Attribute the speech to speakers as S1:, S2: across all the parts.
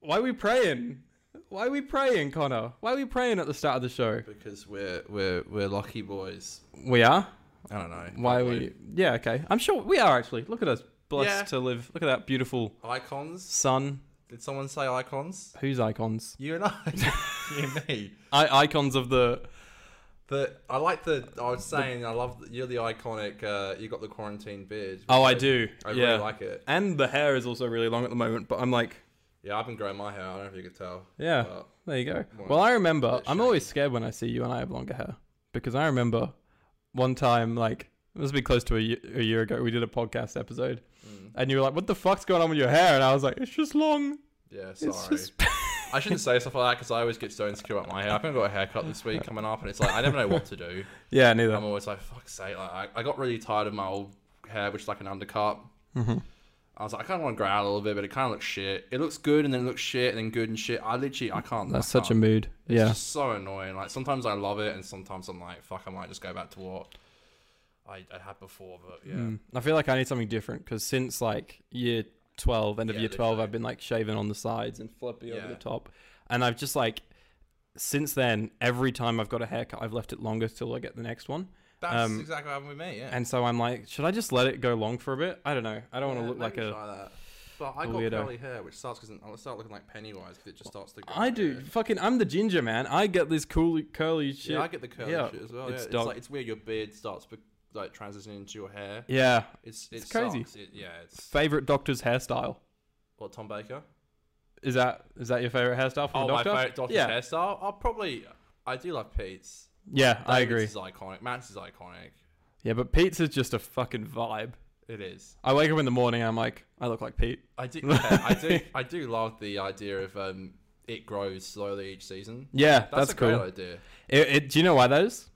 S1: Why are we praying? Why are we praying, Connor? Why are we praying at the start of the show?
S2: because we're we're we're lucky boys.
S1: We are.
S2: I don't know.
S1: Why are
S2: probably.
S1: we? Yeah, okay. I'm sure we are actually. Look at us, blessed
S2: Yeah.
S1: to live. Look at that beautiful
S2: icons?
S1: sun.
S2: Did someone say icons?
S1: Who's icons?
S2: You and I, you and me.
S1: I icons of the.
S2: The I like the. I was saying I love that you're the iconic. Uh, you got the quarantine beard.
S1: Oh, I
S2: which
S1: do.
S2: I
S1: yeah.
S2: really like it.
S1: and the hair is also really long at the moment. But I'm like,
S2: Yeah, I've been growing my hair. I don't know if you could tell.
S1: yeah,
S2: Well,
S1: there you go.
S2: well,
S1: Well, I remember.
S2: bit
S1: I'm always scared when I see you and I have longer hair because I remember one time like. It must be close to a year, a year ago. We did a podcast episode,
S2: Mm.
S1: and you were like, "What the fuck's going on with your hair?" And I was like, "It's just long.
S2: Yeah, sorry.
S1: It's just
S2: I shouldn't say stuff like that because I always get so insecure about my hair. I've even got a haircut this week coming up, and it's like I never know what to do.
S1: yeah, neither."
S2: I'm always like, fuck's sake. Like, I, I got really tired of my old hair, which is like an undercut.
S1: Mhm.
S2: I was like, I kind of want to grow out a little bit, but it kind of looks shit. It looks good, and then it looks shit, and then good and shit. I literally, I can't.
S1: That's
S2: I
S1: such a
S2: can't.
S1: mood.
S2: It's
S1: Yeah,
S2: just so annoying. Like sometimes I love it, and sometimes I'm like, fuck, I might just go back to what I, I had before. But yeah,
S1: Mm. I feel like I need something different because since like year 12, end of
S2: Yeah,
S1: year 12,
S2: literally.
S1: I've been like shaving on the sides and flipping over the
S2: Yeah.
S1: top. And I've just like, since then, every time I've got a haircut, I've left it longer till I get the next one.
S2: that's
S1: Um,
S2: exactly what happened with me. Yeah,
S1: And so I'm like, should I just let it go long for a bit? I don't know. I don't
S2: Yeah,
S1: want to look like
S2: maybe
S1: a.
S2: try that. But I
S1: a
S2: got
S1: weirdo.
S2: curly hair, which starts because I start looking like Pennywise because it just starts to. grow
S1: I do.
S2: hair.
S1: Fucking, I'm the ginger man. I get this cool, curly shit.
S2: Yeah, I get the curly
S1: Yeah,
S2: shit as well.
S1: it's
S2: yeah.
S1: dark.
S2: it's like it's weird. Your beard starts be- like transitioning into your hair.
S1: yeah.
S2: It's
S1: It's
S2: it's
S1: crazy.
S2: crazy. It, yeah, it's
S1: Favorite doctor's hairstyle.
S2: what Tom Baker.
S1: Is that is that your favorite hairstyle from
S2: Oh,
S1: the doctor?
S2: my favorite doctor's
S1: yeah.
S2: hairstyle. I'll probably. I do love Pete's.
S1: Yeah, I
S2: David's
S1: agree.
S2: Is iconic. Matt's is iconic.
S1: Yeah, but Pete's is just a fucking vibe.
S2: It is.
S1: I wake up in the morning. I'm like, I look like Pete.
S2: I do. Okay, I do. I do love the idea of um, it grows slowly each season.
S1: Yeah, that's,
S2: That's, a
S1: cool.
S2: great idea.
S1: It, it, do you know why that is?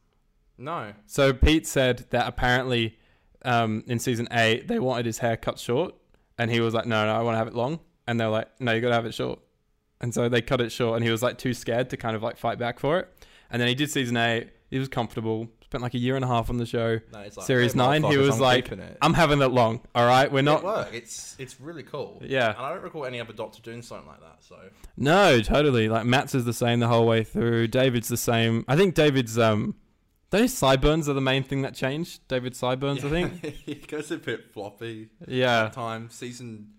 S2: No.
S1: So Pete said that apparently um, in season eight they wanted his hair cut short, and he was like, "No, no, I want to have it long." And they were like, "No, you got to have it short." And so they cut it short, and he was like too scared to kind of like fight back for it. And then he did season eight. He was comfortable. Spent like a year and a half on the show.
S2: No. It's like
S1: Series
S2: hey,
S1: nine, he
S2: motherfuckers,
S1: was
S2: I'm
S1: like,
S2: keeping it.
S1: "I'm having it long. All right, we're
S2: It
S1: not."
S2: worked. It's it's really cool.
S1: Yeah.
S2: And I don't recall any other doctor doing something like that. So
S1: No, totally. Like Matt's is the same the whole way through. David's the same. I think David's um, those sideburns are the main thing that changed. David's sideburns, I think.
S2: it goes a bit floppy.
S1: Yeah.
S2: At time season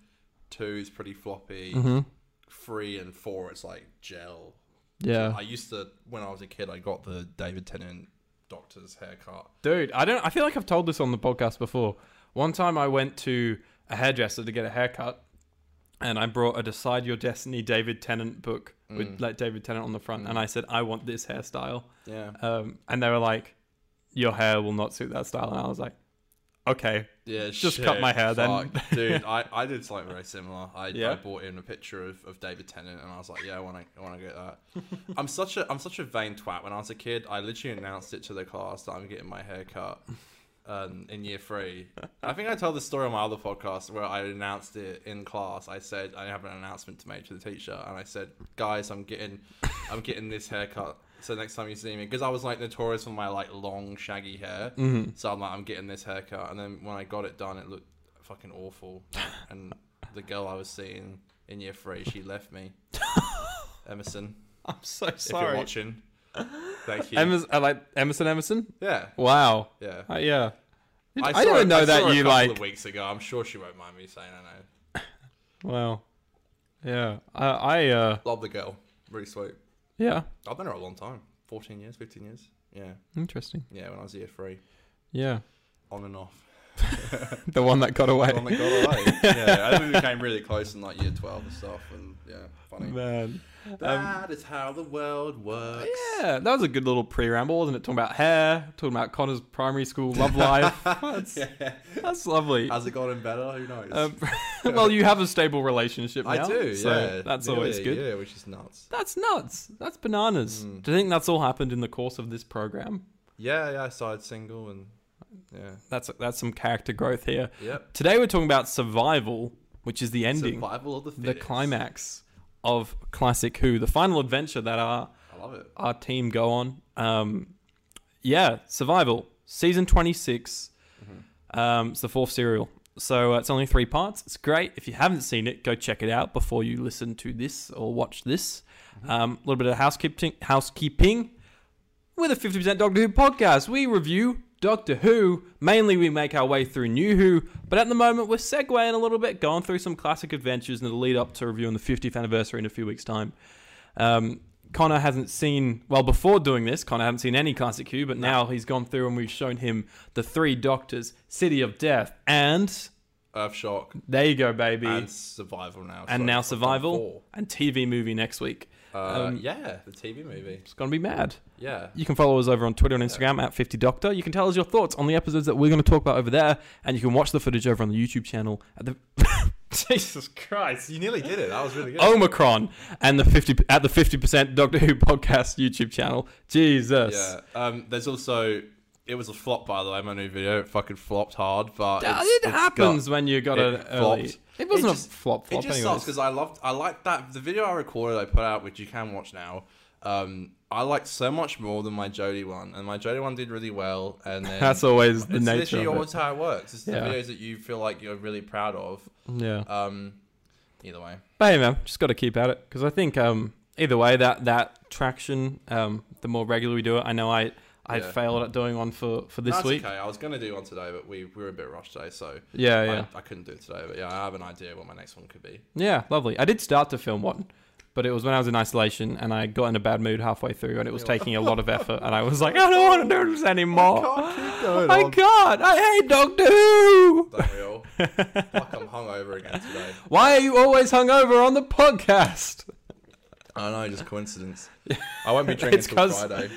S2: two is pretty floppy.
S1: hmm
S2: Three and four, it's like gel.
S1: Yeah.
S2: I used to when I was a kid. I got the David Tennant doctor's haircut.
S1: Dude, I don't. I feel like I've told this on the podcast before. One time I went to a hairdresser to get a haircut, and I brought a Decide Your Destiny David Tennant book with like David Tennant on the front, and I said I want this hairstyle,
S2: Yeah.
S1: um, and they were like, "Your hair will not suit that style," and I was like, "Okay,
S2: Yeah,
S1: Just
S2: shit.
S1: cut my hair then.
S2: Fuck. dude. I, I did something very similar. I,
S1: Yeah?
S2: I bought in a picture of, of David Tennant, and I was like, yeah, I want to I want to get that. I'm such a I'm such a vain twat. When I was a kid, I literally announced it to the class that I'm getting my hair cut um, in year three. I think I told the story on my other podcast where I announced it in class. I said I have an announcement to make to the teacher, and I said, guys, I'm getting I'm getting this haircut. So next time you see me, because I was like notorious for my like long shaggy hair, so I'm like I'm getting this haircut, and then when I got it done, it looked fucking awful, and the girl I was seeing in year three, she left me. Emerson,
S1: I'm so
S2: if you're watching, thank you.
S1: Emerson, I like Emerson Emerson.
S2: yeah,
S1: Wow.
S2: yeah.
S1: Uh, yeah. I,
S2: saw
S1: didn't
S2: it-
S1: know
S2: I saw
S1: that
S2: her
S1: you
S2: a couple
S1: like.
S2: of weeks ago. I'm sure she won't mind me saying I know.
S1: Wow. Yeah. I. I. Uh,
S2: Love the girl, really sweet.
S1: yeah.
S2: I've known her a long time, 14 years, 15 years. Yeah,
S1: Interesting.
S2: yeah. When I was year three,
S1: Yeah.
S2: on and off.
S1: The one that got away.
S2: The one that got away. yeah, I think we became really close in like year 12 and stuff, and yeah, funny.
S1: Man. Um,
S2: That is how the world works.
S1: Yeah, that was a good little pre-ramble, wasn't it? Talking about hair, talking about Connor's primary school love life. That's, that's lovely.
S2: Has it gotten better? Who knows?
S1: Um, well, you have a stable relationship now.
S2: I do.
S1: so
S2: yeah, Mm.
S1: That's
S2: Nearly
S1: always
S2: a
S1: good.
S2: year, which is nuts.
S1: That's nuts. That's bananas. Do you think that's all happened in the course of this program?
S2: Yeah, yeah. I started single and yeah,
S1: That's that's some character growth here.
S2: yep.
S1: Today we're talking about survival, which is the ending,
S2: Survival of the
S1: the
S2: fittest.
S1: climax of Classic Who, the final adventure that our
S2: I love it.
S1: our team go on. Um, yeah, survival season twenty six. Um, it's the fourth serial, So uh, it's only three parts. It's great. If you haven't seen it, go check it out before you listen to this or watch this. Um, A little bit of housekeeping. Housekeeping. With a 50% Doctor Who podcast, we review Doctor Who. Mainly, we make our way through New Who, but at the moment, we're segueing a little bit, going through some classic adventures in the lead up to reviewing the 50th anniversary in a few weeks' time. Um, Connor hasn't seen, well, before doing this, Connor hadn't seen any Classic Who, but now he's gone through and we've shown him The Three Doctors, City of Death, and
S2: Earth Shock
S1: there you go, baby.
S2: and
S1: And,
S2: Survival now.
S1: now
S2: Sorry, I've done
S1: Survival and TV movie next week.
S2: four. Uh,
S1: Um,
S2: yeah, the TV movie.
S1: It's going to be mad.
S2: Yeah.
S1: You can follow us over on Twitter and Instagram at 50doctor. You can tell us your thoughts on the episodes that we're going to talk about over there, and you can watch the footage over on the YouTube channel at the Jesus Christ.
S2: You nearly did it. That was
S1: Oh,
S2: really good.
S1: Omicron and the 50 at the 50% Doctor Who podcast YouTube channel. Jesus.
S2: Yeah. Um, there's also it was a flop by the way. My new video it fucking flopped hard, but
S1: Uh,
S2: it's-
S1: it
S2: it's
S1: happens
S2: got-
S1: when you got
S2: it
S1: an early.
S2: flopped.
S1: It wasn't
S2: It just-
S1: a flop
S2: it
S1: flop
S2: just
S1: anyway.
S2: sucks because I loved I liked that the video I recorded I put out, which you can watch now. Um, I liked so much more than my Jody one, and my Jody one did really well. And then
S1: That's always the
S2: it's
S1: nature
S2: literally
S1: of it.
S2: always how it works. It's
S1: Yeah.
S2: the videos that you feel like you're really proud of.
S1: Yeah.
S2: Um, either way,
S1: But hey, man, just got to keep at it because I think um, either way that that traction, um, the more regular we do it, I know I I
S2: Yeah.
S1: failed at doing one for for this
S2: that's
S1: week.
S2: okay. I was gonna do one today, but we, we were a bit rushed today, so
S1: Yeah,
S2: I,
S1: yeah,
S2: I couldn't do it today. But yeah, I have an idea what my next one could be.
S1: yeah. Lovely. I did start to film one, but it was when I was in isolation and I got in a bad mood halfway through, and it was
S2: Yeah.
S1: taking a lot of effort, and I was like, I don't want to do this anymore.
S2: keep
S1: I can't. I hate Doctor Who.
S2: Don't we all? Fuck, I'm hungover again today.
S1: Why are you always hungover on the podcast?
S2: I know, just coincidence. I won't be
S1: It's
S2: drinking till
S1: 'cause-
S2: Friday.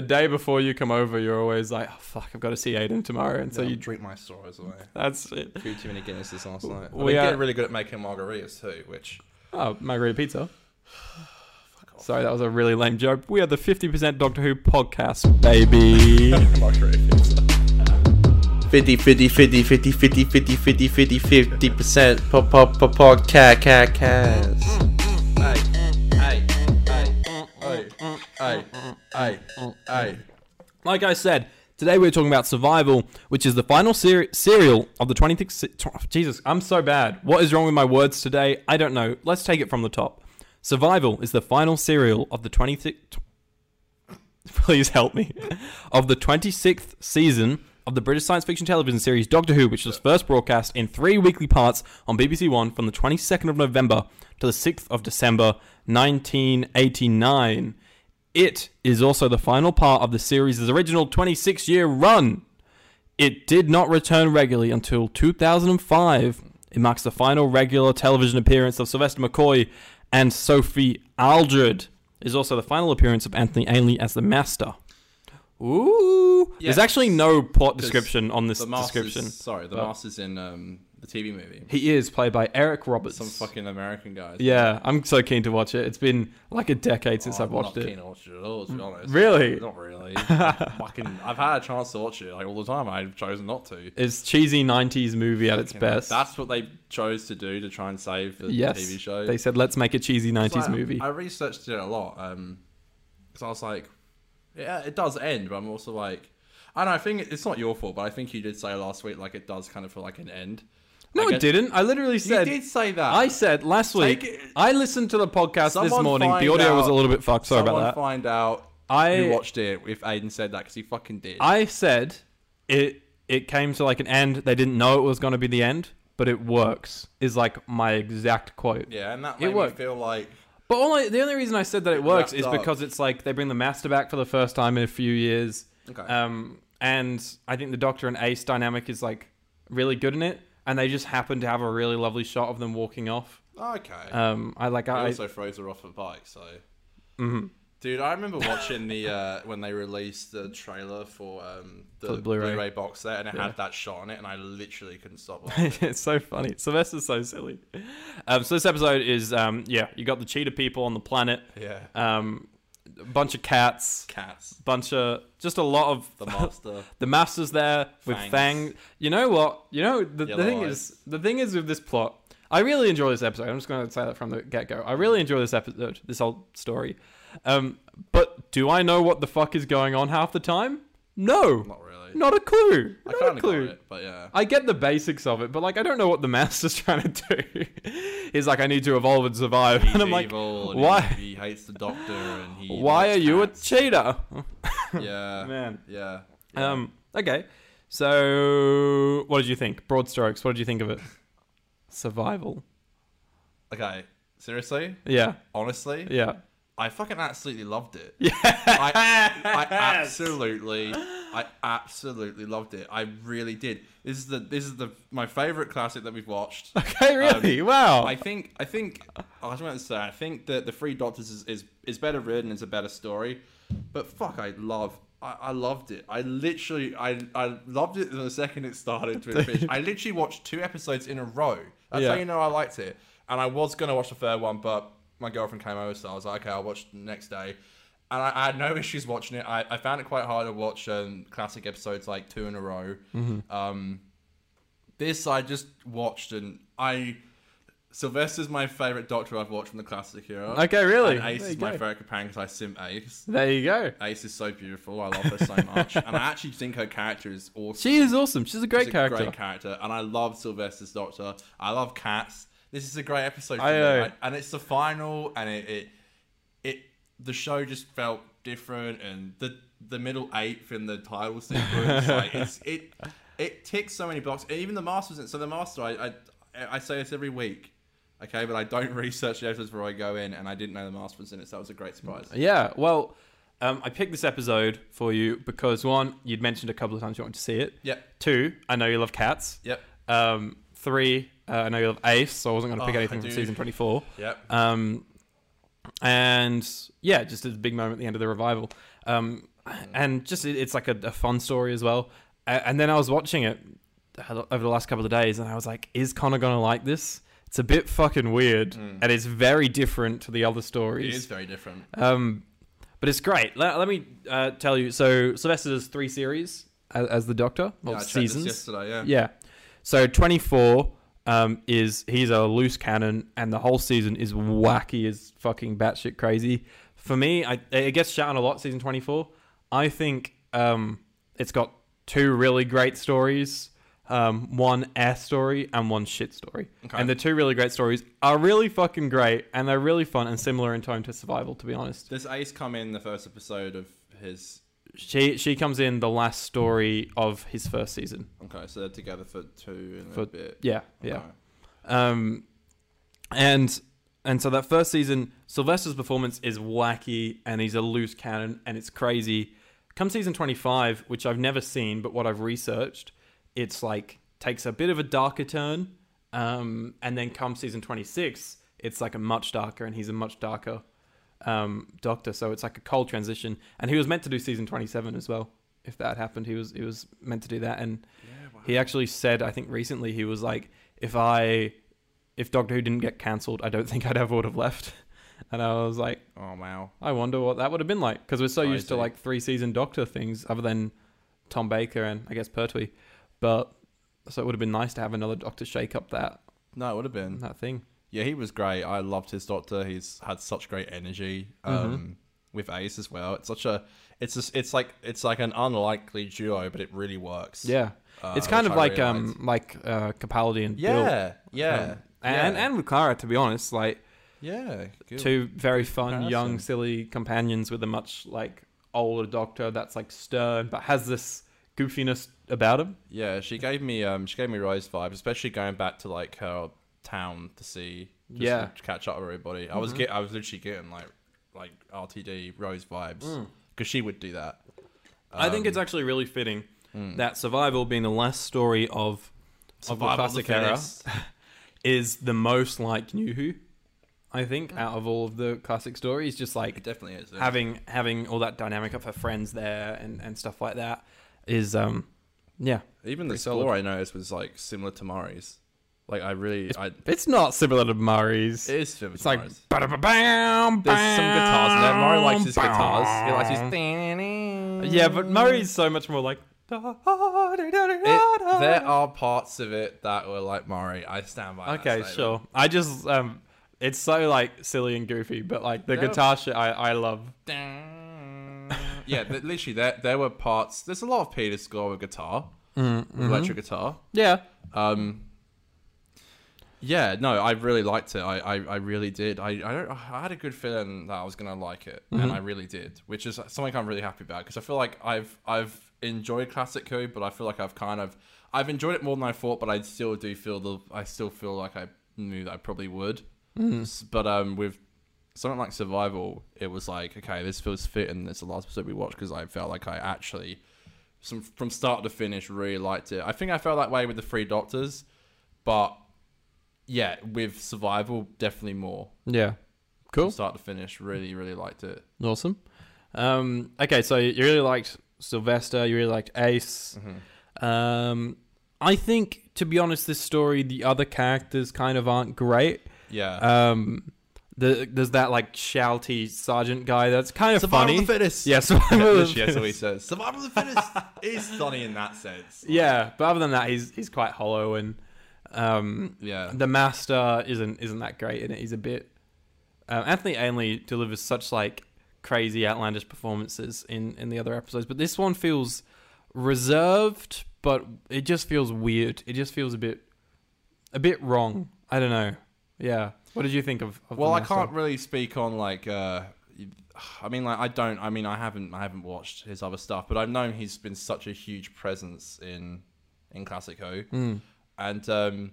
S1: The day before you come over, you're always like, oh, "Fuck, I've got to see Aiden tomorrow," and so
S2: So you
S1: you.
S2: drink my sorrows away.
S1: That's it.
S2: Few too many Guinnesses last night.
S1: We
S2: We
S1: are-
S2: are really good at making margaritas too, which
S1: Oh, margarita pizza.
S2: fuck off.
S1: Sorry, that was a really lame joke. We are the 50% Doctor Who podcast, baby.
S2: Margarita pizza.
S3: 50 50 50 50 50 50 50 50 50 percent pop pop pop pop cat cat cast
S2: Hey, hey, hey, hey, hey, hey.
S1: like I said, today we're talking about Survival, which is the final ser- serial of the 26th. se- tw- Jesus, I'm so bad. What is wrong with my words today? I don't know. Let's take it from the top. Survival is the final serial of the 26th. Please help me. Of the 26th season of the British science fiction television series Doctor Who, which was first broadcast in three weekly parts on BBC One from the 22nd of November to the 6th of December 1989. It is also the final part of the series' original 26 year run. It did not return regularly until 2005. It marks the final regular television appearance of Sylvester McCoy and Sophie Aldred. It is also the final appearance of Anthony Ainley as the Master. Ooh. There's
S2: Yes.
S1: actually no plot
S2: Because
S1: description on this
S2: The master's,
S1: description.
S2: sorry, the
S1: but-
S2: master's in um, the TV movie.
S1: He is played by Eric Roberts.
S2: Some fucking American guys.
S1: yeah, I'm so keen to watch it. It's been like a decade since I've watched
S2: "Oh, not
S1: it. Mm,
S2: Keen to watch it at all, to be honest.
S1: Really?
S2: Not really. Fucking, I've had a chance to watch it like all the time. I've chosen not to.
S1: It's cheesy 90s movie at its
S2: You know,
S1: best.
S2: That's what they chose to do to try and save the
S1: yes.
S2: TV show.
S1: They said, let's make a cheesy 90s
S2: It's like,
S1: movie.
S2: I researched it a lot because I was like, yeah, it does end, but I'm also like, I don't know. I think it's not your fault, but I think you did say last week like it does kind of feel like an end.
S1: no,
S2: I
S1: it
S2: guess-
S1: didn't. I literally
S2: You
S1: said.
S2: did say that.
S1: I said last
S2: Take
S1: week.
S2: it-
S1: I listened to the podcast this
S2: Someone
S1: morning. The
S2: find
S1: audio was
S2: out-
S1: a little bit fucked. Sorry
S2: Someone
S1: about that.
S2: Find out.
S1: I-
S2: who watched it if Aiden said that because he fucking did.
S1: I said it. It came to like an end. They didn't know it was going to be the end, but it works. Is like my exact quote.
S2: yeah, and that
S1: It
S2: made me
S1: worked.
S2: feel like
S1: But only the only reason I said that it works
S2: wrapped
S1: is
S2: up.
S1: because it's like they bring the master back for the first time in a few years.
S2: Okay.
S1: Um, and I think the Doctor and Ace dynamic is like really good in it, and they just happen to have a really lovely shot of them walking off.
S2: okay.
S1: Um, I like
S2: He
S1: I Mm-hmm.
S2: also froze her off a bike, so. Dude, I remember watching the uh, when they released the trailer for um, the,
S1: For the Blu-ray.
S2: Blu-ray. box set, and it
S1: Yeah.
S2: had that shot on it, and I literally couldn't stop. laughing.
S1: it's so funny. Sylvester's so silly. Um, so this episode is um, yeah, you got the cheetah people on the planet,
S2: yeah,
S1: um, a bunch of cats,
S2: cats,
S1: bunch of just a lot of
S2: the master.
S1: the master's there with
S2: Fangs.
S1: Fang. You know what? You know the, the
S2: Yellow
S1: thing
S2: eyes.
S1: is the thing is with this plot. I really enjoy this episode. I'm just going to say that from the get go. I really enjoy this episode, this whole story. Um, but do I know what the fuck is going on half the time? No,
S2: Not really.
S1: not a clue.
S2: I
S1: Not
S2: kind
S1: a
S2: of got
S1: clue.
S2: it, but yeah.
S1: I get the basics of it, but like I don't know what the master's trying to do. He's like, I need to evolve and survive,
S2: He's
S1: and I'm like,
S2: evil and
S1: why-
S2: He, he hates the doctor and he.
S1: why are
S2: likes
S1: you a
S2: cats.
S1: cheater?
S2: yeah.
S1: Man.
S2: Yeah. yeah.
S1: Um. Okay. So, what did you think? Broad strokes. What did you think of it? Survival.
S2: Okay. Seriously,
S1: Yeah.
S2: honestly,
S1: Yeah.
S2: I fucking absolutely loved it.
S1: Yeah.
S2: I, I absolutely, I absolutely loved it. I really did. This is the this is the my favorite classic that we've watched.
S1: Okay. Really? Um, wow.
S2: I think I think oh, I was going to say I think that the Three Doctors is, is, is better written, it's a better story, but fuck, I love I, I loved it. I literally I I loved it the second it started to finish. I literally watched two episodes in a row. That's
S1: Yeah.
S2: how you know I liked it. And I was gonna watch the third one, but my girlfriend came over, so I was like, okay, I'll watch the next day. And I, I had no issues watching it. I, I found it quite hard to watch um, classic episodes like two in a row. Um, this I just watched and I Sylvester's my favorite Doctor I've watched from the classic era.
S1: okay. Really.
S2: And Ace
S1: There
S2: is
S1: you
S2: my
S1: go.
S2: favorite companion because I sim Ace.
S1: There you go.
S2: Ace is so beautiful. I love her so much, and I actually think her character is awesome.
S1: She is awesome. She's a great
S2: She's a
S1: character.
S2: great character, and I love Sylvester's Doctor. I love cats. This is a great episode, for
S1: I uh,
S2: me.
S1: know.
S2: I- and it's the final, and it, it it the show just felt different, and the the middle eighth in the title sequence, like it's it it ticks so many boxes. Even the Master's in. So the Master, I I, I say this every week. Okay, but I don't research the episodes before I go in, and I didn't know the master was in it, so that was a great surprise.
S1: Yeah, well, um, I picked this episode for you because one, you'd mentioned a couple of times you wanted to see it.
S2: Yep,
S1: Two, I know you love cats.
S2: yep,
S1: Um, three, uh, I know you love Ace, so I wasn't going to pick
S2: Oh,
S1: anything
S2: I
S1: from
S2: do.
S1: season 24.
S2: yep.
S1: Um, and yeah, just a big moment at the end of the revival. Um, and just it, it's like a, a fun story as well. A- And then I was watching it over the last couple of days, and I was like, "Is Connor gonna like this?" It's a bit fucking weird, and it's very different to the other
S2: Hmm. It
S1: stories.
S2: is very different.
S1: Um, but it's great. Let, let me uh, tell you. So Sylvester does three series as, as the Doctor,
S2: Yeah,
S1: well,
S2: I checked this
S1: seasons.
S2: yesterday. Yeah.
S1: Yeah. So twenty four um, is he's a loose cannon, and the whole season is wacky as fucking batshit crazy. For me, I it gets shouted a lot. Season twenty four. I think um, it's got two really great stories. Um, one ass story and one shit story,
S2: Okay.
S1: and the two really great stories are really fucking great, and they're really fun and similar in tone to Survival. To be honest,
S2: Does Ace come in the first episode of his?
S1: She she comes in the last story of his first season.
S2: Okay, so they're together for two and
S1: For-
S2: a bit.
S1: Yeah, yeah.
S2: Okay.
S1: Um, and and so that first season, Sylvester's performance is wacky, and he's a loose cannon, and it's crazy. Come season twenty five, which I've never seen, but what I've researched, it's like takes a bit of a darker turn. Um, and then come season twenty six, it's like a much darker, and he's a much darker um, doctor. So it's like a cold transition. And he was meant to do season twenty seven as well. If that happened, he was he was meant to do that, and
S2: Yeah, wow.
S1: he actually said, I think recently, he was like, if I, if Doctor Who didn't get cancelled, I don't think I'd ever would have left. And I was like,
S2: Oh wow.
S1: I wonder what that would have been like because we're so
S2: I
S1: used to
S2: see.
S1: like three season Doctor things, other than Tom Baker and I guess Pertwee. But so it would have been nice to have another Doctor shake up that
S2: No, it would have been.
S1: that thing.
S2: Yeah, he was great. I loved his doctor. He's had such great energy. Um,
S1: Mm-hmm.
S2: with Ace as well. It's such a. It's just, It's like. It's like an unlikely duo, but it really works.
S1: Yeah,
S2: Uh,
S1: it's kind
S2: which
S1: of
S2: I
S1: like
S2: really
S1: um
S2: liked.
S1: like uh Capaldi and Bill. Um,
S2: Yeah. Yeah.
S1: and and with Clara, to be honest, like
S2: yeah. Good.
S1: two very fun, young,
S2: comparison.
S1: silly companions with a much like older doctor that's like stern but has this goofiness about him.
S2: Yeah, she gave me um she gave me Rose vibes, especially going back to like her town to see just
S1: Yeah.
S2: to catch up with everybody. I was get I was literally getting like like RTD Rose vibes because she would do that.
S1: I think it's actually really fitting that survival being the last story of
S2: Survival
S1: of the classic era
S2: fittest.
S1: is the most like New Who. I think out of all of the classic stories, just
S2: It
S1: like
S2: definitely is. yeah.
S1: having having all that dynamic of her friends there and and stuff like that is um yeah
S2: Even the
S1: pretty solid.
S2: score I noticed was like similar to Mari's. Like I really I
S1: it's not similar to Murray's.
S2: it is similar
S1: It's
S2: to
S1: like
S2: Mari's.
S1: ba-da-ba-bam,
S2: There's some guitars in there. Murray likes his
S1: bam,
S2: guitars. He likes his
S1: Yeah, but Murray's so much more like.
S2: It- there are parts of it that were like Mari. I stand by. that
S1: okay,
S2: statement.
S1: sure. I just um, it's so like silly and goofy, but like the
S2: No.
S1: guitar shit, I I love.
S2: yeah, yeah, th- literally, there there were parts. There's a lot of Peter score with guitar, with electric guitar.
S1: Yeah.
S2: Um, yeah, no, I really liked it. I, I, I really did. I, I don't. I had a good feeling that I was gonna like it, and I really did, which is something I'm really happy about because I feel like I've I've enjoyed classic Who, but I feel like I've kind of I've enjoyed it more than I thought, but I still do feel the I still feel like I knew that I probably would. S- But um, with something like Survival, it was like okay, this feels fit, and it's the last episode we watched because I felt like I actually some from start to finish really liked it. I think I felt that way with the Three Doctors, but yeah, with Survival definitely more
S1: Yeah.
S2: from
S1: Cool.
S2: start to finish. Really, really liked it.
S1: Awesome. Um, okay, so you really liked Sylvester. You really liked Ace.
S2: Mm-hmm.
S1: Um, I think, to be honest, this story, the other characters kind of aren't great.
S2: Yeah,
S1: Um, the, there's that like shouty sergeant guy that's kind of
S2: Survival
S1: funny.
S2: of the fittest.
S1: Yeah, survival of the
S2: Literally, that's what he
S1: fittest.
S2: says. Survival of the fittest is funny in that sense. Like,
S1: Yeah, but other than that, he's he's quite hollow and um,
S2: yeah,
S1: the master isn't isn't that great in it. He's a bit. Um, Anthony Ainley delivers such like crazy, outlandish performances in in the other episodes, but this one feels reserved, but it just feels weird. It just feels a bit, a bit wrong. I don't know. Yeah. What did you think of? of The
S2: Well, I
S1: Master?
S2: can't really speak on like. Uh, I mean, like I don't. I mean, I haven't. I haven't watched his other stuff, but I've known he's been such a huge presence in in Classico,
S1: Hmm.
S2: and um,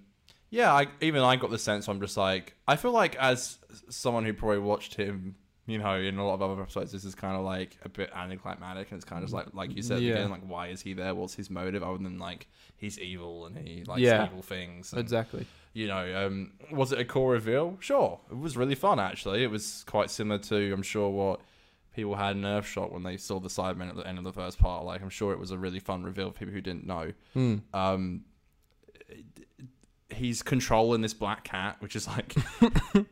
S2: yeah, I, even I got the sense. I'm just like, I feel like as someone who probably watched him. You know, in a lot of other episodes, this is kind of like a bit anticlimactic, and it's kind of just like, like you said
S1: Yeah.
S2: again, like why is he there? What's his motive other than like he's evil and he likes
S1: Yeah.
S2: evil things? and-
S1: Exactly.
S2: you know, um, was it a core reveal? Sure, it was really fun actually. It was quite similar to, I'm sure, what people had in Earthshot when they saw the Cybermen at the end of the first part. Like, I'm sure it was a really fun reveal for people who didn't know.
S1: Hmm.
S2: Um, he's controlling this black cat, which is like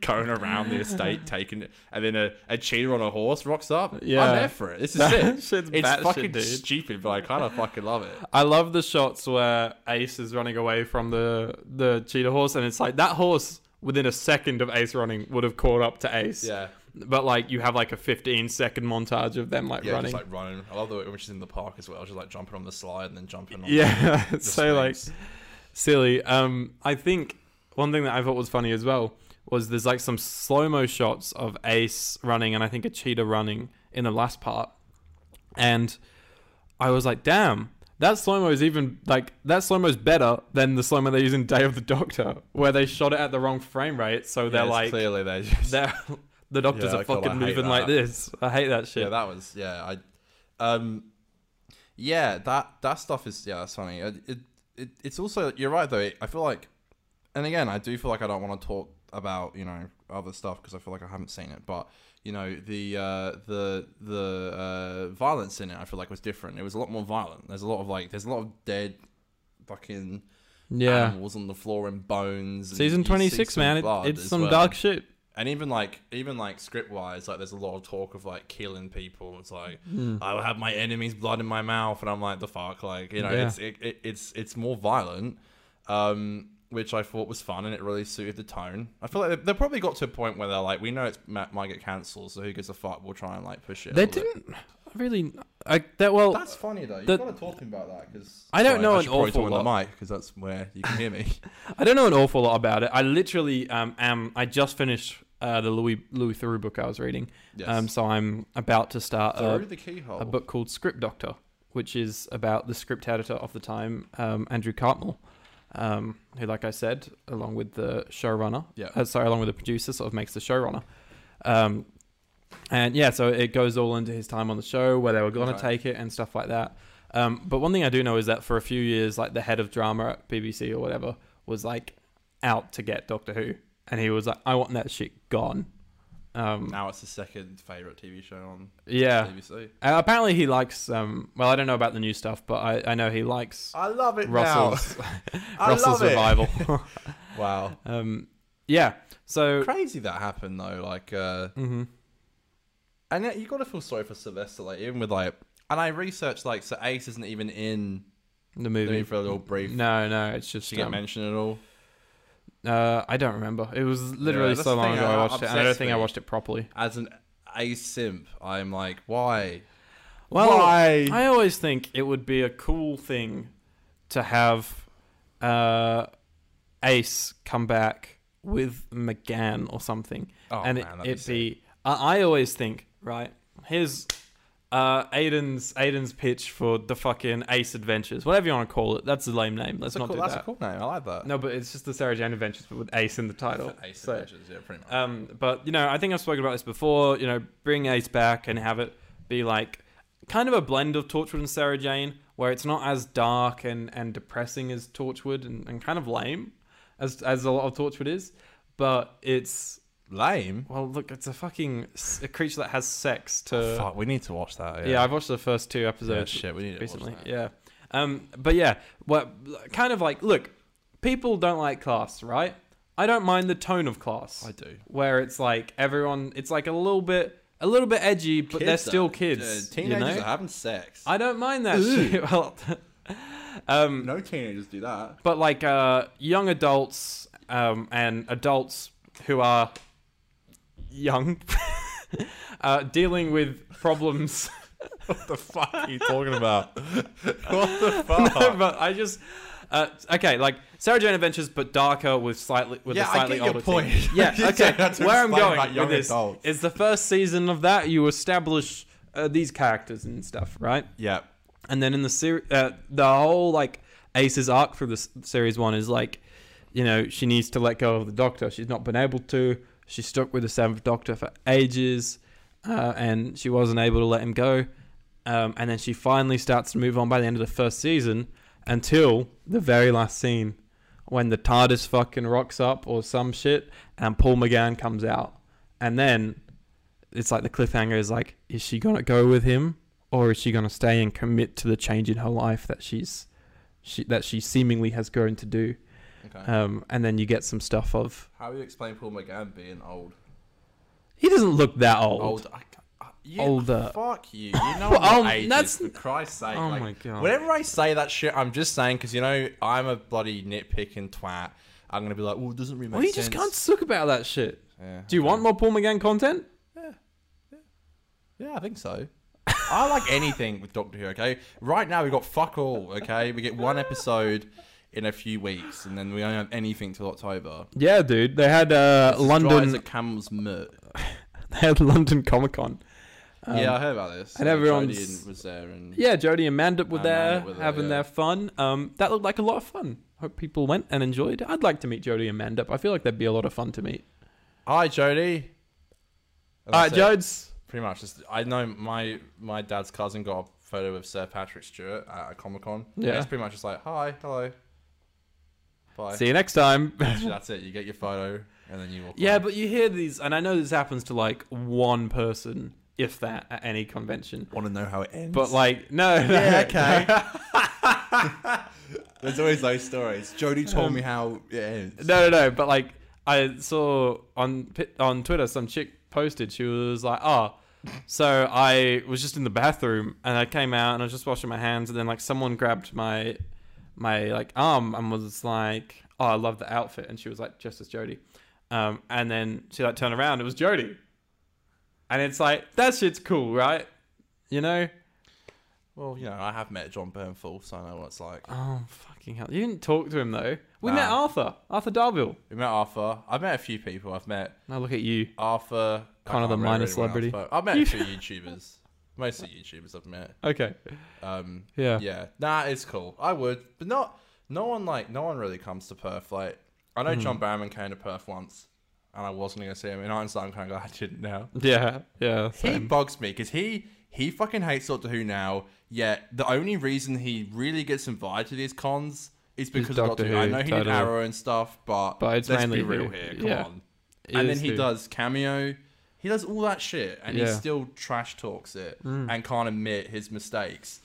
S2: going around the estate, taking it, and then a, a cheater on a horse rocks up.
S1: Yeah.
S2: I'm there for it. This is
S1: That
S2: it.
S1: shit's
S2: it's
S1: batshit,
S2: fucking
S1: dude.
S2: stupid, but I kind of fucking love it.
S1: I love the shots where Ace is running away from the the cheetah horse, and it's like that horse within a second of Ace running would have caught up to Ace.
S2: Yeah.
S1: But like you have like a 15 second montage of them like
S2: Yeah,
S1: running.
S2: just like running. I love the way when she's in the park as well. She's like jumping on the slide and then jumping on
S1: yeah,
S2: the
S1: it's so like
S2: swings.
S1: silly. Um, I think one thing that I thought was funny as well was there's like some slow mo shots of Ace running and I think a cheetah running in the last part, and I was like, damn. That slow mo is even like that slow mo is better than the slow mo they use in Day of the Doctor, where they shot it at the wrong frame rate, so
S2: Yeah,
S1: they're
S2: it's
S1: like
S2: clearly they just
S1: they're the doctors
S2: Yeah,
S1: are
S2: I kinda
S1: fucking
S2: hate
S1: moving
S2: that.
S1: like this. I hate that shit.
S2: yeah, that was yeah. I, um, yeah, that that stuff is yeah, that's funny. It, it, it it's also you're right though. I feel like, and again, I do feel like I don't want to talk about you know other stuff because I feel like I haven't seen it, but you know the uh, the the uh, violence in it, I feel like was different. It was a lot more violent. There's a lot of like there's a lot of dead fucking
S1: Yeah.
S2: animals on the floor and bones. and
S1: Season
S2: you see
S1: 26,
S2: some
S1: man.
S2: blood
S1: It, it's
S2: as
S1: some
S2: well.
S1: dark shit.
S2: And even like, even like script wise, like there's a lot of talk of like killing people. It's like
S1: Hmm.
S2: I will have my enemy's blood in my mouth, and I'm like the fuck, like you know,
S1: Yeah.
S2: it's it, it, it's it's more violent, um, which I thought was fun, and it really suited the tone. I feel like they, they probably got to a point where they're like, we know it's ma- might get cancelled, so who gives a fuck? We'll try and like push it. a
S1: They
S2: little bit.
S1: didn't really. I, that well,
S2: That's funny though. You've
S1: The-
S2: got to talk about that because
S1: I don't know an awful Um,
S2: the mic because that's where you can hear me.
S1: I don't know an awful lot about it. I literally um am. I just finished uh, the Louis Louis Theroux book I was reading.
S2: Yes.
S1: Um, so I'm about to start
S2: Through
S1: a,
S2: the keyhole.
S1: a book called Script Doctor, which is about the script editor of the time, um, Andrew Cartmell, um, who, like I said, along with the showrunner,
S2: Yeah.
S1: uh, sorry, along with the producer, sort of makes the showrunner. Um, and yeah, so it goes all into his time on the show, where they were going to
S2: Okay.
S1: take it and stuff like that. Um, but one thing I do know is that for a few years, like the head of drama at BBC or whatever was like out to get Doctor Who, and he was like, "I want that shit gone." Um,
S2: Now it's the second favorite TV show on
S1: yeah,
S2: BBC.
S1: uh, apparently, he likes. Um, well, I don't know about the new stuff, but I, I know he likes
S2: I love it
S1: Russell's
S2: I
S1: Russell's
S2: love it.
S1: revival.
S2: now. Wow,
S1: um, yeah. So
S2: crazy that happened though. Like, uh,
S1: Mhm.
S2: and yet you got to feel sorry for Sylvester. Like, even with like, and I researched like, so Ace isn't even in
S1: the
S2: the
S1: movie.
S2: for a little brief.
S1: No, no, it's just.
S2: She get
S1: um,
S2: mentioned at all.
S1: uh, I don't remember. It was literally
S2: that's
S1: so
S2: the
S1: long
S2: thing
S1: ago I
S2: that
S1: watched it, and I don't
S2: upsets
S1: think I
S2: me.
S1: watched it properly.
S2: As an Ace simp, I'm like, why?
S1: Well,
S2: Why?
S1: I always think it would be a cool thing to have uh, Ace come back with McGann or something,
S2: Oh,
S1: and
S2: man,
S1: it,
S2: that'd be
S1: it'd
S2: sick.
S1: be. I I always think right. Here's uh, Aiden's Aiden's pitch for the fucking Ace Adventures, whatever you want to call it. That's a lame name. Let's
S2: That's, a
S1: not
S2: cool,
S1: do
S2: that's
S1: that.
S2: a cool name. I like that.
S1: No, but it's just the Sarah Jane Adventures, but with Ace in the title.
S2: Ace
S1: So-
S2: Adventures, yeah, pretty much.
S1: um, but you know, I think I've spoken about this before. You know, bring Ace back and have it be like kind of a blend of Torchwood and Sarah Jane, where it's not as dark and, and depressing as Torchwood and, and kind of lame as as a lot of Torchwood is. But it's
S2: Lame.
S1: well, look, it's a fucking s- a creature that has sex to.
S2: Oh, Fuck, we need to watch that.
S1: Uh, yeah. I've watched the first two
S2: yeah,
S1: episodes
S2: shit, we need to
S1: recently.
S2: watch that.
S1: Yeah. Um, but yeah, what kind of like look, people don't like class, right? I don't mind the tone of class
S2: I do.
S1: where it's like everyone it's like a little bit a little bit edgy but they're still kids
S2: teenagers
S1: you
S2: are
S1: know?
S2: having sex.
S1: i don't mind that shit well, um
S2: no teenagers do that.
S1: but like uh young adults um and adults who are young uh dealing with problems
S2: What the fuck are you talking about? what the fuck?
S1: but i just uh, okay, like Sarah Jane Adventures, but darker with slightly with
S2: Yeah,
S1: a
S2: I
S1: slightly
S2: get your
S1: older
S2: point.
S1: team. Yeah,
S2: You
S1: okay.
S2: don't have to
S1: Where I'm
S2: explain
S1: going
S2: about young
S1: with this
S2: adults.
S1: is the first season of that you establish uh, these characters and stuff, right?
S2: yeah.
S1: And then in the series, uh, the whole like Ace's arc for this series one is like, you know, she needs to let go of the Doctor. She's not been able to. She's stuck with the Seventh Doctor for ages, uh, and she wasn't able to let him go. Um, and then she finally starts to move on by the end of the first season, until the very last scene, when the TARDIS fucking rocks up or some shit, and Paul McGann comes out, and then it's like the cliffhanger is like, is she gonna go with him or is she gonna stay and commit to the change in her life that she's she that she seemingly has grown to do?
S2: Okay.
S1: Um, and then you get some stuff of
S2: How do you explain Paul McGann being old?
S1: he doesn't look that old.
S2: Old. I, I, you,
S1: Older.
S2: Fuck you. You know
S1: Well,
S2: what
S1: um,
S2: age is,
S1: that's-
S2: for Christ's sake.
S1: Oh
S2: like,
S1: my God.
S2: Whenever I say that shit, I'm just saying because you know I'm a bloody nitpicking twat. I'm gonna be like, well, it doesn't really make
S1: Well, you
S2: sense.
S1: just can't suck about that shit.
S2: Yeah,
S1: Do you want more Paul McGann content?
S2: Yeah, I think so. I like anything with Doctor Who, okay? Right now, we've got fuck all, okay? We get one episode in a few weeks, and then we don't have anything till October.
S1: Yeah, dude. They had uh,
S2: It's as dry as
S1: London.
S2: a camel's murk.
S1: They had London Comic Con.
S2: yeah, I heard about this.
S1: Um, and
S2: Uh,
S1: everyone's-
S2: Jodie was there, and
S1: Yeah, Jody and Mandip were
S2: And
S1: there
S2: Mandip were there,
S1: having
S2: yeah.
S1: their fun. Um, that looked like a lot of fun. Hope people went and enjoyed. I'd like to meet Jody and Mandip. I feel like that'd be a lot of fun to meet.
S2: hi Jodie. And
S1: All right,
S2: that's it.
S1: Jodes.
S2: Pretty much, just, I know my my dad's cousin got a photo of Sir Patrick Stewart at a Comic Con.
S1: Yeah.
S2: it's pretty much just like hi, hello, bye.
S1: See you next time.
S2: Actually, that's it. You get your photo, and then you walk.
S1: yeah,
S2: away.
S1: but you hear these, and I know this happens to like one person, if that, at any convention.
S2: want to know how it ends?
S1: But like, no, no.
S2: okay. There's always those stories. Jody told me how it ends.
S1: Um, no, no, no. But like, I saw on Pi- on Twitter some chick posted. She was like, "Oh, so I was just in the bathroom and I came out and I was just washing my hands and then like someone grabbed my my like arm and was like, "Oh, I love the outfit." And she was like, "Just as Jody," um, and then she like turned around. It was Jody, and it's like that shit's cool, right? You know?
S2: Well, you know, I have met John Bernthal, so I know what it's like.
S1: Oh fucking hell! You didn't talk to him though. We
S2: Nah.
S1: met Arthur, Arthur Darville.
S2: We met Arthur. I've met a few people. I've met
S1: Now look at you.
S2: Arthur. I
S1: Connor
S2: can't
S1: the
S2: remember
S1: minor
S2: anyone else,
S1: celebrity.
S2: but I've met a few YouTubers. Mostly YouTubers I've met.
S1: Okay.
S2: Um,
S1: Yeah.
S2: yeah. Nah, it's cool. I would, but not. No one like no one really comes to Perth. Like I
S1: Hmm.
S2: know John Barrowman came to Perth once, and I was gonna go see him. In hindsight, I'm kind of glad I didn't now.
S1: Yeah. Yeah.
S2: He
S1: same.
S2: bugs me because he he fucking hates Doctor Who now. Yet the only reason he really gets invited to these cons is because of
S1: Doctor
S2: Doctor Who. I
S1: Who,
S2: know he did
S1: totally.
S2: Arrow and stuff, but,
S1: But it's
S2: let's
S1: mainly
S2: be real
S1: Who,
S2: here. Come
S1: yeah.
S2: on.
S1: It
S2: and then
S1: is
S2: he
S1: Who.
S2: does cameo. He does all that shit, and he
S1: Yeah. Mm.
S2: still trash talks it and can't admit his mistakes.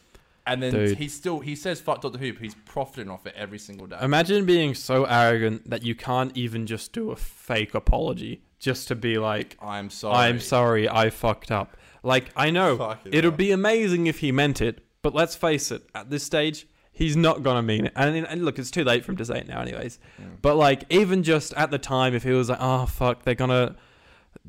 S2: And then
S1: Dude.
S2: he still he says fuck Doctor Who, but he's profiting off it every single day.
S1: Imagine being so arrogant that you can't even just do a fake apology just to be like,
S2: I'm sorry.
S1: I'm sorry, I fucked up. Like, I know
S2: Fucking
S1: it would
S2: hell.
S1: be amazing if he meant it, but let's face it, at this stage, he's not going to mean it. And, and look, it's too late for him to say it now, anyways.
S2: Hmm.
S1: But, like, even just at the "Ah, time, if he was like, oh, fuck, they're going to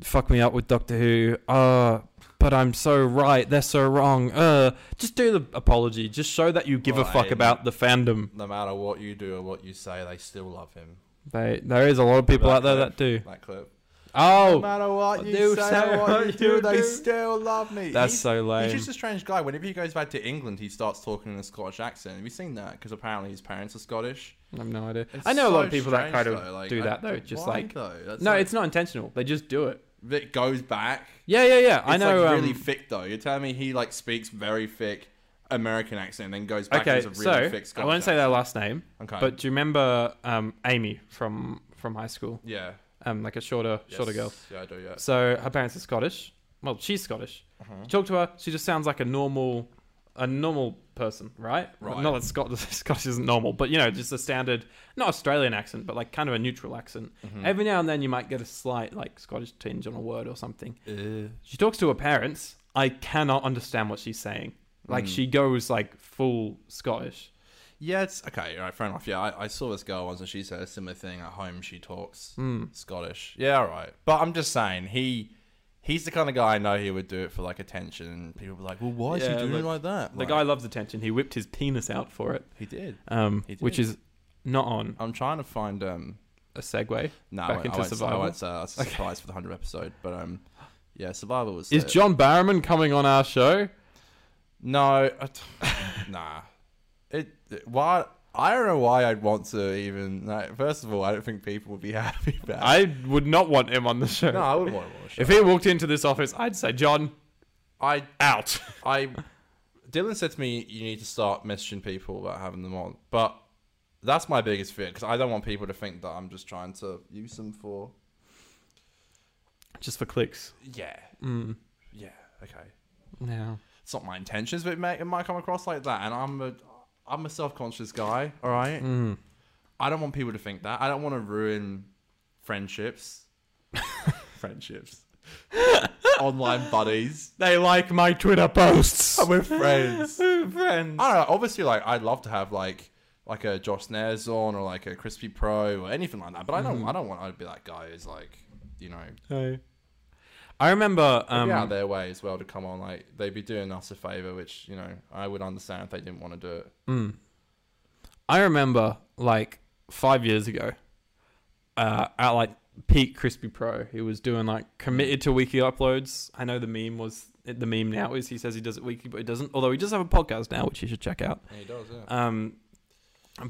S1: fuck me up with Doctor Who, oh, but I'm so right. They're so wrong. Uh, just do the apology. Just show that you give a
S2: Well,
S1: fuck
S2: I-
S1: about the fandom.
S2: No matter what you do or what you say, they still love him.
S1: They, there is a lot of people
S2: That
S1: out there
S2: clip.
S1: that do.
S2: That clip. No
S1: Oh,
S2: matter what
S1: I
S2: you
S1: do
S2: say,
S1: say
S2: or what you do, they
S1: do.
S2: still love me.
S1: that's
S2: He's-
S1: so
S2: He's
S1: lame.
S2: just a strange guy. Whenever he goes back to England, he starts talking in a Scottish accent. Have you seen that? Because apparently his parents are Scottish.
S1: I have no idea.
S2: It's
S1: I know a lot
S2: so
S1: of people that
S2: strange,
S1: kind of
S2: though, like,
S1: do
S2: I-
S1: that though. Just
S2: why,
S1: like
S2: though? That's
S1: no,
S2: like-
S1: it's not intentional. They just do it.
S2: it goes back.
S1: Yeah, yeah, yeah. I
S2: It's,
S1: know.
S2: like,
S1: um,
S2: really thick though. You're telling me he like speaks very thick American accent, and then goes back
S1: okay,
S2: into really
S1: so
S2: thick Scottish.
S1: I won't say their last name,
S2: accent. Okay.
S1: but do you remember um, Amy from from high school?
S2: yeah,
S1: Um, like a shorter, shorter
S2: yes.
S1: girl.
S2: Yeah, I do. Yeah.
S1: So her parents are Scottish. Well, she's Scottish.
S2: Uh-huh.
S1: You talk to her, she just sounds like a normal, a normal person, right?
S2: Right.
S1: Not that Scottish, Scottish isn't normal, but you know, just a standard, not Australian accent, but like kind of a neutral accent.
S2: Mm-hmm.
S1: Every now and then, you might get a slight like Scottish tinge on a word or something. She talks to her parents. I cannot understand what she's saying. Like
S2: Mm.
S1: she goes like full Scottish.
S2: Yeah, it's okay. All right, fair enough. Yeah, I, I saw this girl once, and she said a similar thing at home. She talks
S1: Hmm.
S2: Scottish. Yeah, all right. But I'm just saying, he he's the kind of guy I know he would do it for like attention. People be like, "Well, why is
S1: Yeah,
S2: he doing
S1: look,
S2: it like that?"
S1: The guy loves attention. He whipped his penis out for it,
S2: he did.
S1: um,
S2: He did.
S1: which is not on
S2: I'm trying to find um.
S1: a segue.
S2: No, I
S1: Back
S2: won't-
S1: into
S2: I won't,
S1: Survival?
S2: I won't say that. that's a surprise for the hundredth episode, but um, yeah, survival was.
S1: Is
S2: there.
S1: John Barrowman coming on our show?
S2: No, I t- nah. It, it- why? I don't know why I'd want to even. Like, first of all, I don't think people would be happy about. it.
S1: I would not want him on the show.
S2: Uh, no, I wouldn't want to watch.
S1: If he walked into this office, I'd say, John,
S2: I,
S1: out.
S2: I, Dylan said to me, you need to start messaging people about having them on, but that's my biggest fear because I don't want people to think that I'm just trying to use them for.
S1: Just for clicks.
S2: Yeah. Yeah. Okay.
S1: No.
S2: it's not my intentions, but it, may, it might come across like that. And I'm a, I'm a self-conscious guy. All right. I don't want people to think that. I don't want to ruin friendships, friendships, online buddies.
S1: They like my Twitter posts.
S2: We're friends.
S1: friends.
S2: I don't know. Obviously, like I'd love to have like like a Josh Snares on or like a Crispy Pro or anything like that. But I don't.
S1: Mm-hmm.
S2: I don't want to be that guy who's like, you know,
S1: I remember. Um,
S2: be out of their way as well to come on. Like they'd be doing us a favor, which you know I would understand if they didn't want to do it.
S1: I remember like five years ago, uh, at like peak Crispy Pro, he was doing like committed to weekly uploads. I know the meme was the meme now is he says he does it weekly, but he doesn't. Although he does have a podcast now, which you should check out.
S2: And he does. Yeah.
S1: Um,